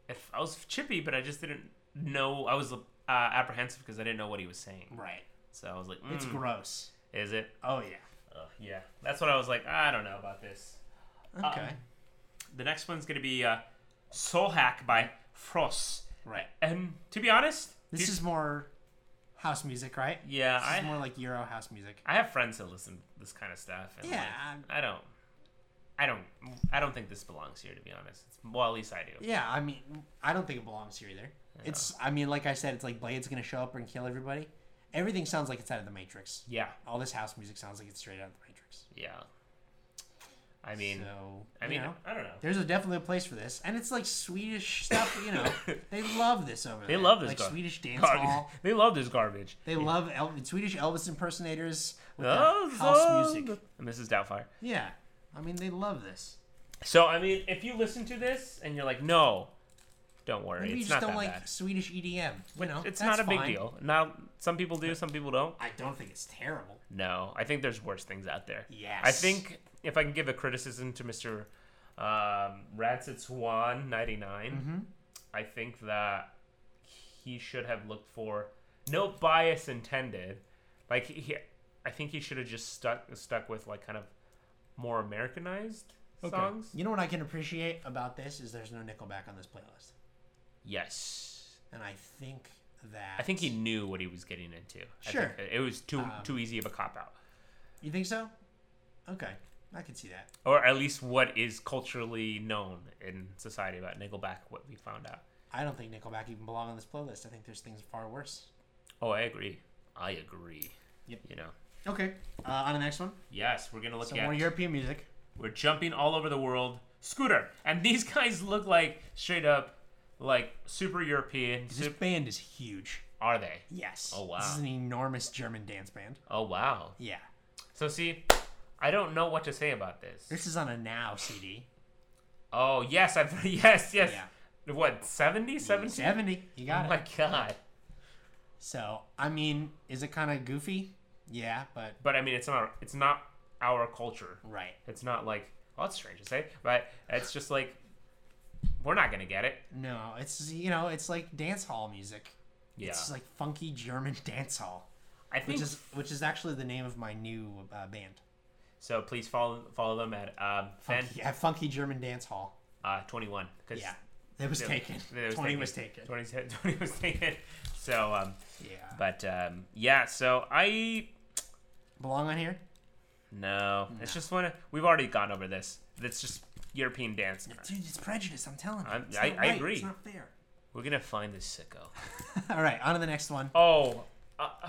Speaker 2: if I was chippy, but I just didn't know. I was uh, apprehensive because I didn't know what he was saying.
Speaker 1: right,
Speaker 2: So I was like,
Speaker 1: it's
Speaker 2: mm,
Speaker 1: gross.
Speaker 2: is it?
Speaker 1: Oh yeah.
Speaker 2: Uh, yeah. That's what I was like. I don't know about this.
Speaker 1: Okay.
Speaker 2: The next one's gonna be uh, Soul Hack by Frost.
Speaker 1: right.
Speaker 2: And to be honest,
Speaker 1: This
Speaker 2: these-
Speaker 1: is more house music, right?
Speaker 2: yeah.
Speaker 1: This
Speaker 2: I
Speaker 1: is more like Euro house music.
Speaker 2: I have friends that listen to this kind of stuff. And
Speaker 1: Yeah,
Speaker 2: like,
Speaker 1: I'm-
Speaker 2: I don't. I don't. I don't think this belongs here. To be honest, it's, well, at least I do.
Speaker 1: Yeah, I mean, I don't think it belongs here either. It's, I mean, like I said, it's like Blade's gonna show up and kill everybody. Everything sounds like it's out of the Matrix.
Speaker 2: Yeah.
Speaker 1: All this house music sounds like it's straight out of the Matrix.
Speaker 2: Yeah. I mean.
Speaker 1: so
Speaker 2: I mean,
Speaker 1: you know,
Speaker 2: I don't know.
Speaker 1: there's a definitely a place for this, and it's like Swedish stuff. You know, they love this over
Speaker 2: They
Speaker 1: there.
Speaker 2: love this
Speaker 1: like
Speaker 2: guy.
Speaker 1: Swedish dance
Speaker 2: Gar-
Speaker 1: hall.
Speaker 2: they love this garbage.
Speaker 1: They love El- Swedish Elvis impersonators with their
Speaker 2: Oh,
Speaker 1: house
Speaker 2: so-
Speaker 1: music.
Speaker 2: And Mrs. Doubtfire.
Speaker 1: Yeah, I mean, they love this.
Speaker 2: So I mean, if you listen to this and you're like, no, don't worry,
Speaker 1: Maybe
Speaker 2: it's
Speaker 1: you just
Speaker 2: not
Speaker 1: don't
Speaker 2: that
Speaker 1: like
Speaker 2: bad.
Speaker 1: Swedish EDM. You know,
Speaker 2: It's
Speaker 1: that's
Speaker 2: not a big
Speaker 1: fine.
Speaker 2: deal. Now, some people do, some people don't.
Speaker 1: I don't think it's terrible.
Speaker 2: No, I think there's worse things out there.
Speaker 1: Yes.
Speaker 2: I think if I can give a criticism to Mr. Um, Rancid Swan 99,
Speaker 1: Mm-hmm.
Speaker 2: I think that he should have looked for no bias intended. Like he, he- I think he should have just stuck stuck with like kind of more Americanized songs.
Speaker 1: You know what I can appreciate about this is there's no Nickelback on this playlist,
Speaker 2: Yes.
Speaker 1: and I think that
Speaker 2: I think he knew what he was getting into. I
Speaker 1: Sure.
Speaker 2: think it was too
Speaker 1: Um,
Speaker 2: too easy of a cop out.
Speaker 1: You think so? Okay, I can see that.
Speaker 2: Or at least what is culturally known in society about Nickelback, what we found out.
Speaker 1: I don't think Nickelback even belong on this playlist. I think there's things far worse.
Speaker 2: Oh, I agree. I agree.
Speaker 1: Yep.
Speaker 2: You know.
Speaker 1: Okay, uh, on the next one,
Speaker 2: Yes, we're gonna look
Speaker 1: some
Speaker 2: at
Speaker 1: more European music.
Speaker 2: We're jumping all over the world. Scooter. And these guys look like straight up like super European.
Speaker 1: This
Speaker 2: Sup-
Speaker 1: band is huge.
Speaker 2: are they?
Speaker 1: Yes.
Speaker 2: Oh, wow.
Speaker 1: This is an enormous German dance band.
Speaker 2: Oh wow.
Speaker 1: Yeah.
Speaker 2: So see, I don't know what to say about this.
Speaker 1: This is on a Now CD.
Speaker 2: Oh yes, I've yes, yes. What, 70, 70?
Speaker 1: 70. You
Speaker 2: Oh
Speaker 1: got
Speaker 2: my
Speaker 1: it.
Speaker 2: god.
Speaker 1: So, I mean, is it kind of goofy? Yeah, but
Speaker 2: But I mean it's not it's not our culture.
Speaker 1: right.
Speaker 2: It's not like well that's strange to say, but it's just like we're not gonna get it.
Speaker 1: No, it's you know, it's like dance hall music.
Speaker 2: Yeah.
Speaker 1: It's like funky German dance hall,
Speaker 2: I think
Speaker 1: which is which is actually the name of my new uh, band.
Speaker 2: so please follow follow them at um fan
Speaker 1: Funky, yeah, funky German dance hall.
Speaker 2: uh twenty one. Because
Speaker 1: Yeah, it was taken. Twenty was taken.
Speaker 2: 20, 20 was taken. So um
Speaker 1: Yeah,
Speaker 2: but um yeah, so I
Speaker 1: belong on here.
Speaker 2: No, it's just one. We've already gone over this. It's just European dance.
Speaker 1: Dude, it's prejudice. I'm telling you.
Speaker 2: I'm-
Speaker 1: It's
Speaker 2: I-
Speaker 1: not
Speaker 2: I
Speaker 1: right.
Speaker 2: agree.
Speaker 1: It's not fair.
Speaker 2: We're gonna find this sicko.
Speaker 1: All right, on to the next one.
Speaker 2: Oh,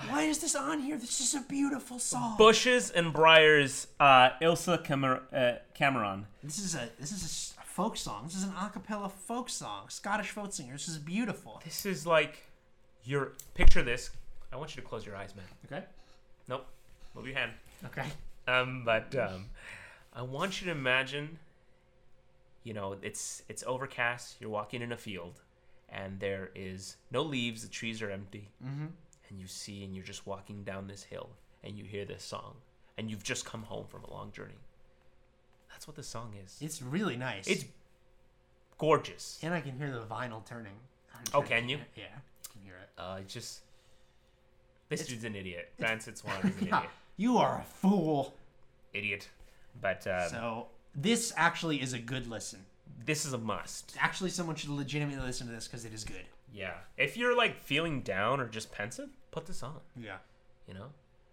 Speaker 1: Why is this on here? This is a beautiful song.
Speaker 2: bushes and briars. Uh, Ilsa Camer- uh, Cameron.
Speaker 1: This is a this is a s- a folk song. This is an a cappella folk song. Scottish folk singer. This is beautiful.
Speaker 2: This is like your picture. This. I want you to close your eyes, man.
Speaker 1: Okay.
Speaker 2: Nope. Move your hand.
Speaker 1: Okay.
Speaker 2: Um, but um, I want you to imagine. You know, it's it's overcast. You're walking in a field, and there is no leaves. The trees are empty, mm-hmm. and you see, and you're just walking down this hill, and you hear this song, and you've just come home from a long journey. That's what the song is.
Speaker 1: It's really nice.
Speaker 2: It's gorgeous.
Speaker 1: and I can hear the vinyl turning. I'm
Speaker 2: Oh,
Speaker 1: sure
Speaker 2: can you?
Speaker 1: Yeah, I can hear it.
Speaker 2: Uh, it's just this dude's an idiot. Vincent Swan is an
Speaker 1: Yeah,
Speaker 2: idiot.
Speaker 1: you are a fool.
Speaker 2: Idiot. But uh,
Speaker 1: So this actually is a good listen.
Speaker 2: this is a must.
Speaker 1: Actually, someone should legitimately listen to this because it is good.
Speaker 2: Yeah. If you're like feeling down or just pensive, put this on,
Speaker 1: Yeah,
Speaker 2: you know?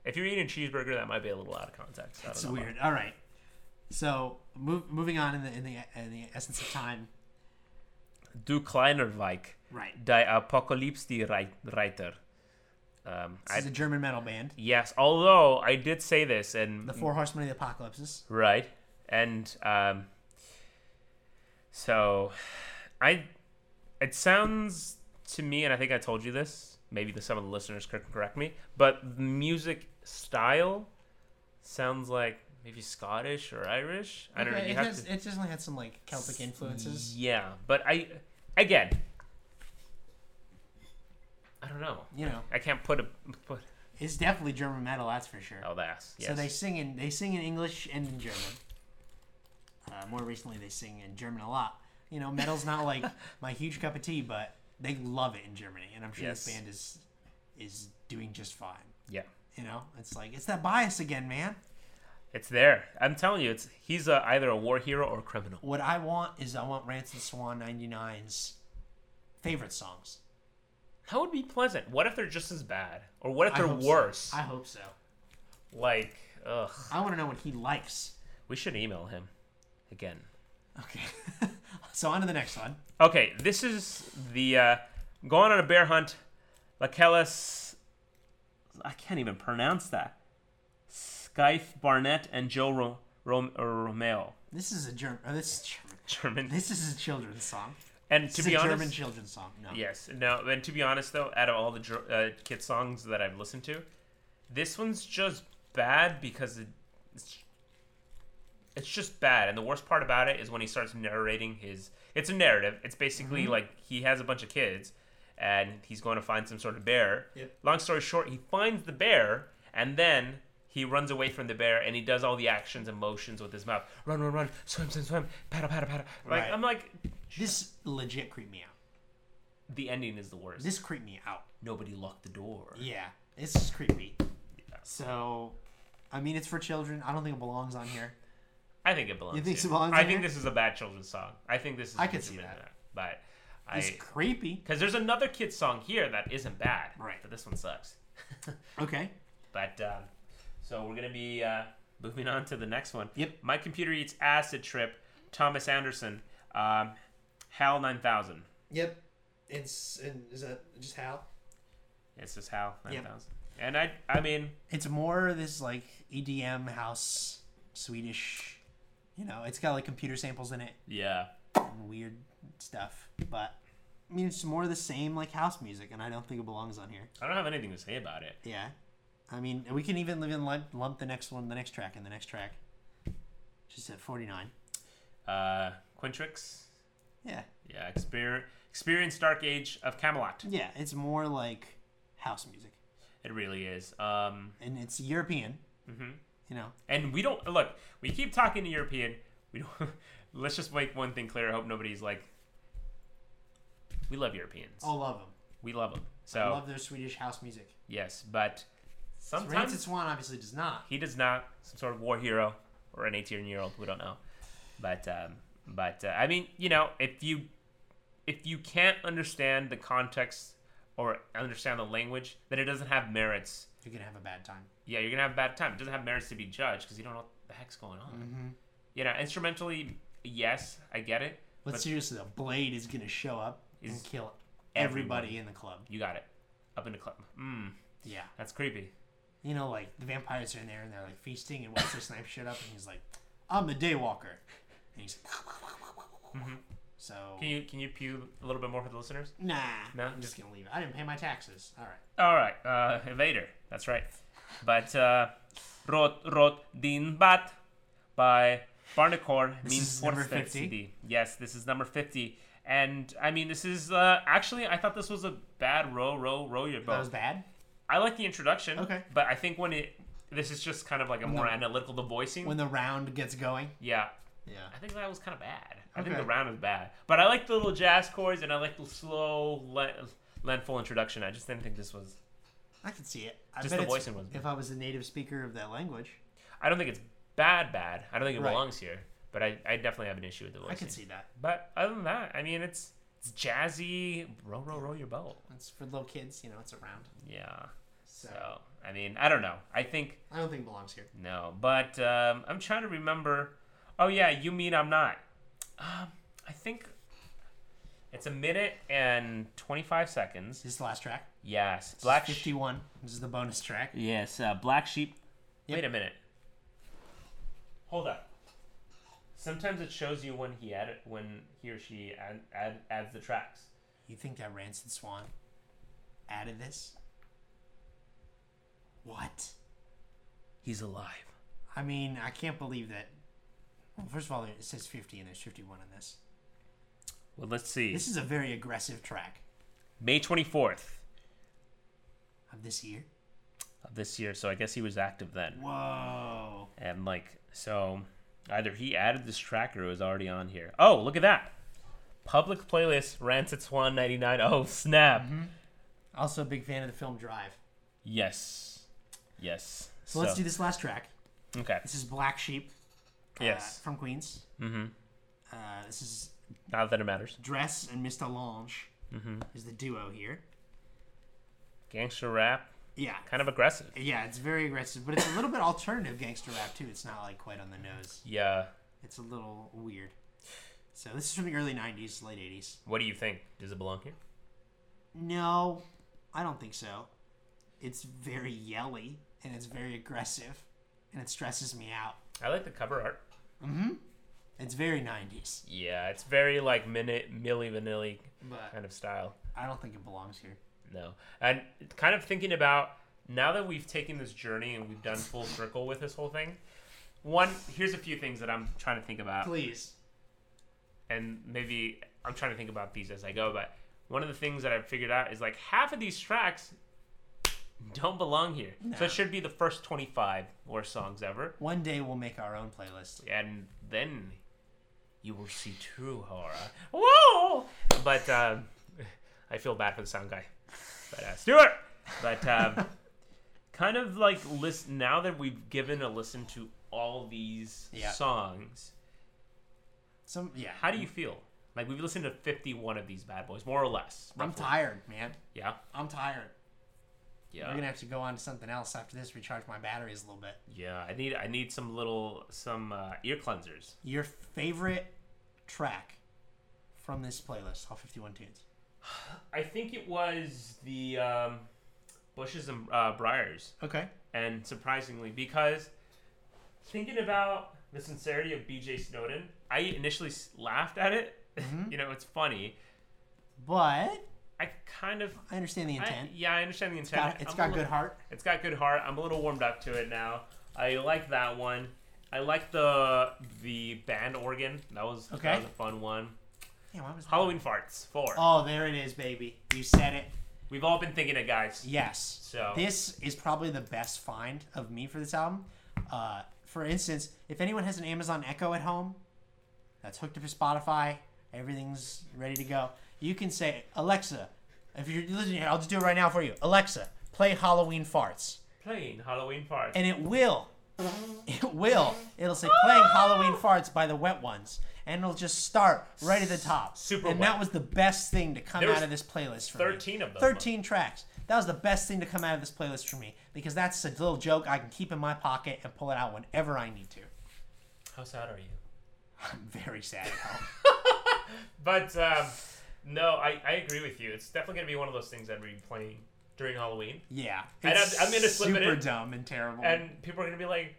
Speaker 2: If you're eating a cheeseburger, that might be a little out of context. I don't
Speaker 1: it's
Speaker 2: know.
Speaker 1: weird. All right. So move, moving on in the in the in the essence of time.
Speaker 2: Du Kleinerweich,
Speaker 1: Right.
Speaker 2: die Apocalypse die Rei- Reiter. Um,
Speaker 1: This is
Speaker 2: I,
Speaker 1: a German metal band,
Speaker 2: yes, although I did say this, and
Speaker 1: the Four Horsemen of the Apocalypse.
Speaker 2: Right. And um so I it sounds to me and I think I told you this, maybe the, some of the listeners could correct me, but the music style sounds like maybe Scottish or Irish. I don't know.
Speaker 1: Okay,
Speaker 2: You
Speaker 1: it,
Speaker 2: have
Speaker 1: has,
Speaker 2: to
Speaker 1: it definitely had some like Celtic influences.
Speaker 2: Yeah, but I again I don't know.
Speaker 1: You know,
Speaker 2: I can't put a put
Speaker 1: it's definitely German metal. That's for sure.
Speaker 2: oh that's yes.
Speaker 1: So they sing in they sing in English and in German. Uh, more recently, they sing in German a lot. You know, metal's not like my huge cup of tea, but they love it in Germany, and I'm sure this
Speaker 2: Yes.
Speaker 1: band is is doing just fine.
Speaker 2: yeah.
Speaker 1: You know, it's like it's that bias again, man.
Speaker 2: It's there. I'm telling you, it's he's a, either a war hero or a criminal.
Speaker 1: What I want is I want Rancid Swan 99's favorite songs.
Speaker 2: That would be pleasant. What if they're just as bad? Or what if
Speaker 1: I
Speaker 2: they're
Speaker 1: hope so.
Speaker 2: worse?
Speaker 1: I hope so.
Speaker 2: Like, ugh.
Speaker 1: I want to know what he likes.
Speaker 2: We should email him again.
Speaker 1: Okay, so on to the next one.
Speaker 2: Okay, this is the uh, going on a bear hunt. Lachelis. I can't even pronounce that. Skyfe Barnett and Joe Ro- Rom- uh, Romeo.
Speaker 1: This is a German. Oh, this is German.
Speaker 2: German.
Speaker 1: This is a children's song.
Speaker 2: And to
Speaker 1: It's
Speaker 2: be
Speaker 1: a
Speaker 2: honest,
Speaker 1: German children's song. No.
Speaker 2: Yes. No. And to be honest, though, out of all the dr- uh, Kid songs that I've listened to, this one's just bad because it, it's it's just bad. And the worst part about it is when he starts narrating his. It's a narrative. It's basically
Speaker 1: Mm-hmm.
Speaker 2: like he has a bunch of kids, and he's going to find some sort of bear.
Speaker 1: Yep.
Speaker 2: Long story short, he finds the bear, and then. He runs away from the bear and he does all the actions and motions with his mouth. Run, run, run, swim, swim, swim, paddle, paddle, paddle. Like
Speaker 1: Right.
Speaker 2: I'm like,
Speaker 1: This legit creeped me out.
Speaker 2: the ending is the worst.
Speaker 1: This creeped me out.
Speaker 2: Nobody locked the door.
Speaker 1: Yeah, it's just creepy. So, I mean, it's for children. I don't think it belongs on here.
Speaker 2: I think it belongs.
Speaker 1: You think
Speaker 2: here.
Speaker 1: it belongs
Speaker 2: I
Speaker 1: in
Speaker 2: think
Speaker 1: here?
Speaker 2: this is a bad children's song. I think this is.
Speaker 1: I could see
Speaker 2: legitimate,
Speaker 1: that.
Speaker 2: but
Speaker 1: It's
Speaker 2: I
Speaker 1: creepy.
Speaker 2: because there's another kid's song here that isn't bad.
Speaker 1: Right.
Speaker 2: But this one sucks.
Speaker 1: Okay.
Speaker 2: but um, so we're gonna be uh, moving on to the next one.
Speaker 1: Yep.
Speaker 2: My computer eats acid trip. Thomas Anderson. Um, Hal nine thousand.
Speaker 1: Yep. It's and is that just how?
Speaker 2: It's just Hal nine
Speaker 1: Yep.
Speaker 2: thousand. And I, I mean,
Speaker 1: E It's more this like EDM house Swedish You know, it's got like computer samples in it
Speaker 2: Yeah.
Speaker 1: and weird stuff. But I mean, it's more of the same like house music, and I don't think it belongs on here.
Speaker 2: I don't have anything to say about it.
Speaker 1: Yeah, I mean, we can even live in lump, lump the next one, the next track, and the next track. Just at forty nine.
Speaker 2: Uh, Quintrix.
Speaker 1: Yeah,
Speaker 2: Yeah. Exper- experience Dark Age of Camelot.
Speaker 1: yeah, it's more like house music,
Speaker 2: It really is. Um,
Speaker 1: and it's European.
Speaker 2: mhm.
Speaker 1: You know,
Speaker 2: And we don't look. We keep talking to European. We don't. let's just make one thing clear. I hope nobody's like. We love Europeans.
Speaker 1: I love them.
Speaker 2: We love them.
Speaker 1: Oh. I
Speaker 2: So
Speaker 1: love their Swedish house music.
Speaker 2: yes, but
Speaker 1: Sometimes...
Speaker 2: sometimes
Speaker 1: Swan obviously does not.
Speaker 2: he does not some sort of war hero or an 18 year old. We don't know. But um, but uh, I mean, you know, if you if you can't understand the context or understand the language, then it doesn't have merits.
Speaker 1: You're gonna have a bad time.
Speaker 2: Yeah, you're gonna have a bad time. It doesn't have merits to be judged because you don't know what the heck's going on. You know, instrumentally, yes, I get it.
Speaker 1: But,
Speaker 2: But-
Speaker 1: seriously, though, Blade is gonna show up and
Speaker 2: Is
Speaker 1: kill
Speaker 2: everybody.
Speaker 1: everybody in the club.
Speaker 2: You got it. Up in the club. Mmm,
Speaker 1: Yeah.
Speaker 2: that's creepy.
Speaker 1: You know, like the vampires are in there and they're like feasting, and Wesley Snipes showed up and he's like, "I'm a daywalker," and he's like,
Speaker 2: Mm-hmm.
Speaker 1: "So
Speaker 2: Can you can you pew a little bit more for the listeners?
Speaker 1: nah,
Speaker 2: No?
Speaker 1: I'm just gonna leave it. I didn't pay my taxes. All right,
Speaker 2: All right, uh, Vader. That's right. But uh, Rot Rot Din Bat by Barnacore
Speaker 1: This
Speaker 2: means
Speaker 1: is number
Speaker 2: Forstad
Speaker 1: 50?
Speaker 2: CD. Yes, this is number fifty. And I mean, this is uh, actually I thought this was a bad row row row your
Speaker 1: that
Speaker 2: boat.
Speaker 1: was bad.
Speaker 2: I like the introduction.
Speaker 1: Okay.
Speaker 2: But I think when it this is just kind of like a more
Speaker 1: the-
Speaker 2: analytical the voicing.
Speaker 1: When the round gets going,
Speaker 2: yeah.
Speaker 1: yeah,
Speaker 2: I think that was kind of bad. I think
Speaker 1: Okay.
Speaker 2: the round was bad. But I like the little jazz chords and I like the slow le- lengthful introduction. I just didn't think this was
Speaker 1: I can see it. I
Speaker 2: Just
Speaker 1: bet
Speaker 2: the
Speaker 1: it's-
Speaker 2: voicing was-
Speaker 1: If I was a native speaker of that language,
Speaker 2: I don't think it's bad bad. I don't think it
Speaker 1: Right.
Speaker 2: belongs here. But I, I definitely have an issue with the voicing.
Speaker 1: I can see that.
Speaker 2: But other than that, I mean it's it's jazzy row row row your boat.
Speaker 1: It's for little kids, you know. It's a round,
Speaker 2: Yeah.
Speaker 1: so,
Speaker 2: So I mean, I don't know. I think
Speaker 1: I don't think it belongs here.
Speaker 2: No, but um, I'm trying to remember. Oh yeah, you mean I'm not? Um, I think it's a minute and 25 seconds.
Speaker 1: This is the last track.
Speaker 2: Yes,
Speaker 1: This is
Speaker 2: black. Sheep.
Speaker 1: fifty-one. This is the bonus track.
Speaker 2: yes, uh, black sheep.
Speaker 1: Yep.
Speaker 2: Wait a minute. Hold up. Sometimes it shows you when he added when he or she add, add, adds the tracks.
Speaker 1: You think that Rancid Swan added this? What?
Speaker 2: He's alive.
Speaker 1: I mean, I can't believe that. Well, first of all, it says 50 and there's 51 in this.
Speaker 2: Well, let's see.
Speaker 1: This is a very aggressive track
Speaker 2: May 24th
Speaker 1: of this year.
Speaker 2: of this year, so I guess he was active then.
Speaker 1: Whoa.
Speaker 2: And like so either he added this track or it was already on here. Oh, look at that. Public playlist Rancid Swan 99. Oh, snap.
Speaker 1: Also, a big fan of the film Drive.
Speaker 2: Yes. Yes.
Speaker 1: So, let's do this last track.
Speaker 2: Okay.
Speaker 1: This is Black Sheep uh,
Speaker 2: Yes.
Speaker 1: from Queens. Mm-hmm. Uh, this is
Speaker 2: Not that it matters.
Speaker 1: Dress and Mr. Lange is the duo here.
Speaker 2: Gangster rap,
Speaker 1: Yeah.
Speaker 2: kind of aggressive.
Speaker 1: Yeah, it's very aggressive, but it's a little bit alternative gangster rap, too. It's not like quite on the nose.
Speaker 2: Yeah.
Speaker 1: It's a little weird. So this is from the early '90s, late '80s.
Speaker 2: What do you think? Does it belong here?
Speaker 1: No, I don't think so. It's very yelly and it's very aggressive, and it stresses me out.
Speaker 2: I like the cover art.
Speaker 1: It's very '90s,
Speaker 2: Yeah, it's very like minute Milli Vanilli
Speaker 1: but
Speaker 2: kind of style.
Speaker 1: I don't think it belongs here.
Speaker 2: No. And kind of thinking about now that we've taken this journey and we've done full circle with this whole thing, one, here's a few things that I'm trying to think about.
Speaker 1: Please,
Speaker 2: And maybe I'm trying to think about these as I go, but one of the things that I've figured out is like half of these tracks don't belong here. So
Speaker 1: No.
Speaker 2: it should be the first 25 worst songs ever.
Speaker 1: one day we'll make our own playlist.
Speaker 2: And then you will see true horror. Whoa! But um, I feel bad for the sound guy. But uh, Stuart! But um, kind of like listen, now that we've given a listen to all these
Speaker 1: Yeah. Mm.
Speaker 2: songs,
Speaker 1: Some yeah.
Speaker 2: how do you feel? Like we've listened to 51 of these bad boys, more or less.
Speaker 1: I'm
Speaker 2: roughly.
Speaker 1: tired, man.
Speaker 2: Yeah.
Speaker 1: I'm tired.
Speaker 2: Yeah.
Speaker 1: We're gonna have to go on to something else after this. Recharge my batteries a little bit.
Speaker 2: Yeah, I need I need some little some uh, ear cleansers.
Speaker 1: Your favorite track from this playlist, all 51 tunes.
Speaker 2: I think it was the um, bushes and uh, briars,
Speaker 1: Okay.
Speaker 2: and surprisingly, because thinking about the sincerity of B.J. Snowden. I initially s- laughed at it.
Speaker 1: Mm-hmm.
Speaker 2: you know, it's funny.
Speaker 1: But
Speaker 2: I kind of.
Speaker 1: I understand the
Speaker 2: I-
Speaker 1: intent.
Speaker 2: yeah, I understand the intent.
Speaker 1: Got- it's
Speaker 2: I'm a
Speaker 1: got
Speaker 2: little-
Speaker 1: good heart.
Speaker 2: It's got good heart. I'm a little warmed up to it now. I like that one. I like the the band organ. That was
Speaker 1: Okay.
Speaker 2: that was a fun one.
Speaker 1: Yeah, why was that?
Speaker 2: Halloween farts four.
Speaker 1: Oh, there it is, baby. You said it.
Speaker 2: We've all been thinking it, guys.
Speaker 1: Yes.
Speaker 2: So-
Speaker 1: this is probably the best find of me for this album. Uh, for instance, if anyone has an Amazon Echo at home, that's hooked up to Spotify, everything's ready to go. You can say Alexa, if you're listening, I'll just do it right now for you. Alexa, play Halloween farts,
Speaker 2: Playing Halloween farts.
Speaker 1: and it will. It will. It'll say playing Halloween farts by the Wet Ones, and it'll just start right at the top.
Speaker 2: Super
Speaker 1: And
Speaker 2: wet.
Speaker 1: that was the best thing to come
Speaker 2: There was
Speaker 1: out of this playlist for me.
Speaker 2: 13 of those.
Speaker 1: 13 tracks. That was the best thing to come out of this playlist for me because that's a little joke I can keep in my pocket and pull it out whenever I need to.
Speaker 2: How sad are you?
Speaker 1: I'm very sad at home.
Speaker 2: But um, no, I, I agree with you. It's definitely gonna be one of those things I'd be playing during Halloween,
Speaker 1: Yeah.
Speaker 2: And
Speaker 1: it's
Speaker 2: I'm- I'm gonna slip it
Speaker 1: super
Speaker 2: in.
Speaker 1: dumb and terrible.
Speaker 2: and people are gonna be like,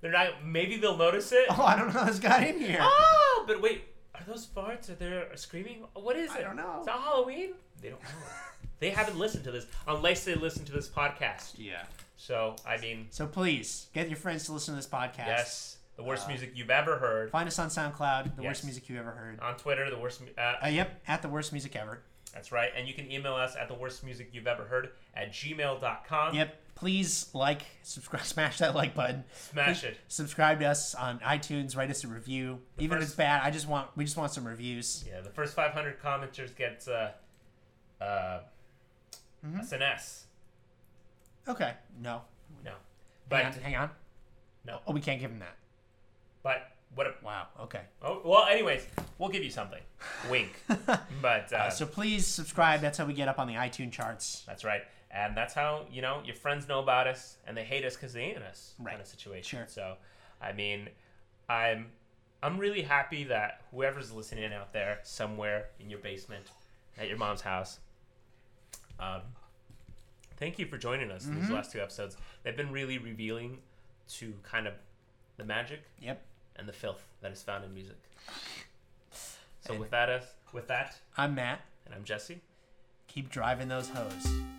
Speaker 2: they're not. Maybe they'll notice it.
Speaker 1: oh, I don't know who's got in here.
Speaker 2: Oh, but wait, are those farts? Are they screaming? What is it?
Speaker 1: I don't know.
Speaker 2: Is it Halloween? They don't know. they haven't listened to this unless they listen to this podcast.
Speaker 1: Yeah.
Speaker 2: So I mean,
Speaker 1: So please get your friends to listen to this podcast.
Speaker 2: yes, the
Speaker 1: Uh,
Speaker 2: worst music you've ever heard
Speaker 1: Find us on SoundCloud, the
Speaker 2: Yes.
Speaker 1: worst music you ever heard.
Speaker 2: on Twitter. The worst. mu- Uh,
Speaker 1: Uh, yep, at the worst music ever.
Speaker 2: that's right. And you can email us at the worst music you've ever heard at gmail.com.
Speaker 1: Yep. Please like, subscribe, smash that like button.
Speaker 2: Smash it.
Speaker 1: Subscribe to us on iTunes. Write us a review. Even if
Speaker 2: first-
Speaker 1: it's bad, I just want we just want some reviews.
Speaker 2: Yeah, the first 500 commenters gets uh, uh,
Speaker 1: Mm-hmm.
Speaker 2: SNS.
Speaker 1: Okay. No.
Speaker 2: No,
Speaker 1: Hang
Speaker 2: but
Speaker 1: on, hang on.
Speaker 2: No.
Speaker 1: Oh, we can't give him that.
Speaker 2: but what? A,
Speaker 1: Wow. Okay.
Speaker 2: oh, well, anyways, we'll give you something. Wink. But
Speaker 1: Uh, so please subscribe. That's how we get up on the iTunes charts.
Speaker 2: That's right. And that's how, you know, your friends know about us and they hate us because they ain't us kind
Speaker 1: Right.
Speaker 2: of situation.
Speaker 1: Sure.
Speaker 2: So, I mean, I'm I'm really happy that whoever's listening out there somewhere in your basement, at your mom's house, um, thank you for joining us
Speaker 1: Mm-hmm.
Speaker 2: in these last two episodes. They've been really revealing to kind of the magic
Speaker 1: Yep.
Speaker 2: and the filth that is found in music. So with that, us with that,
Speaker 1: I'm Matt.
Speaker 2: and I'm Jesse.
Speaker 1: Keep driving those hoes.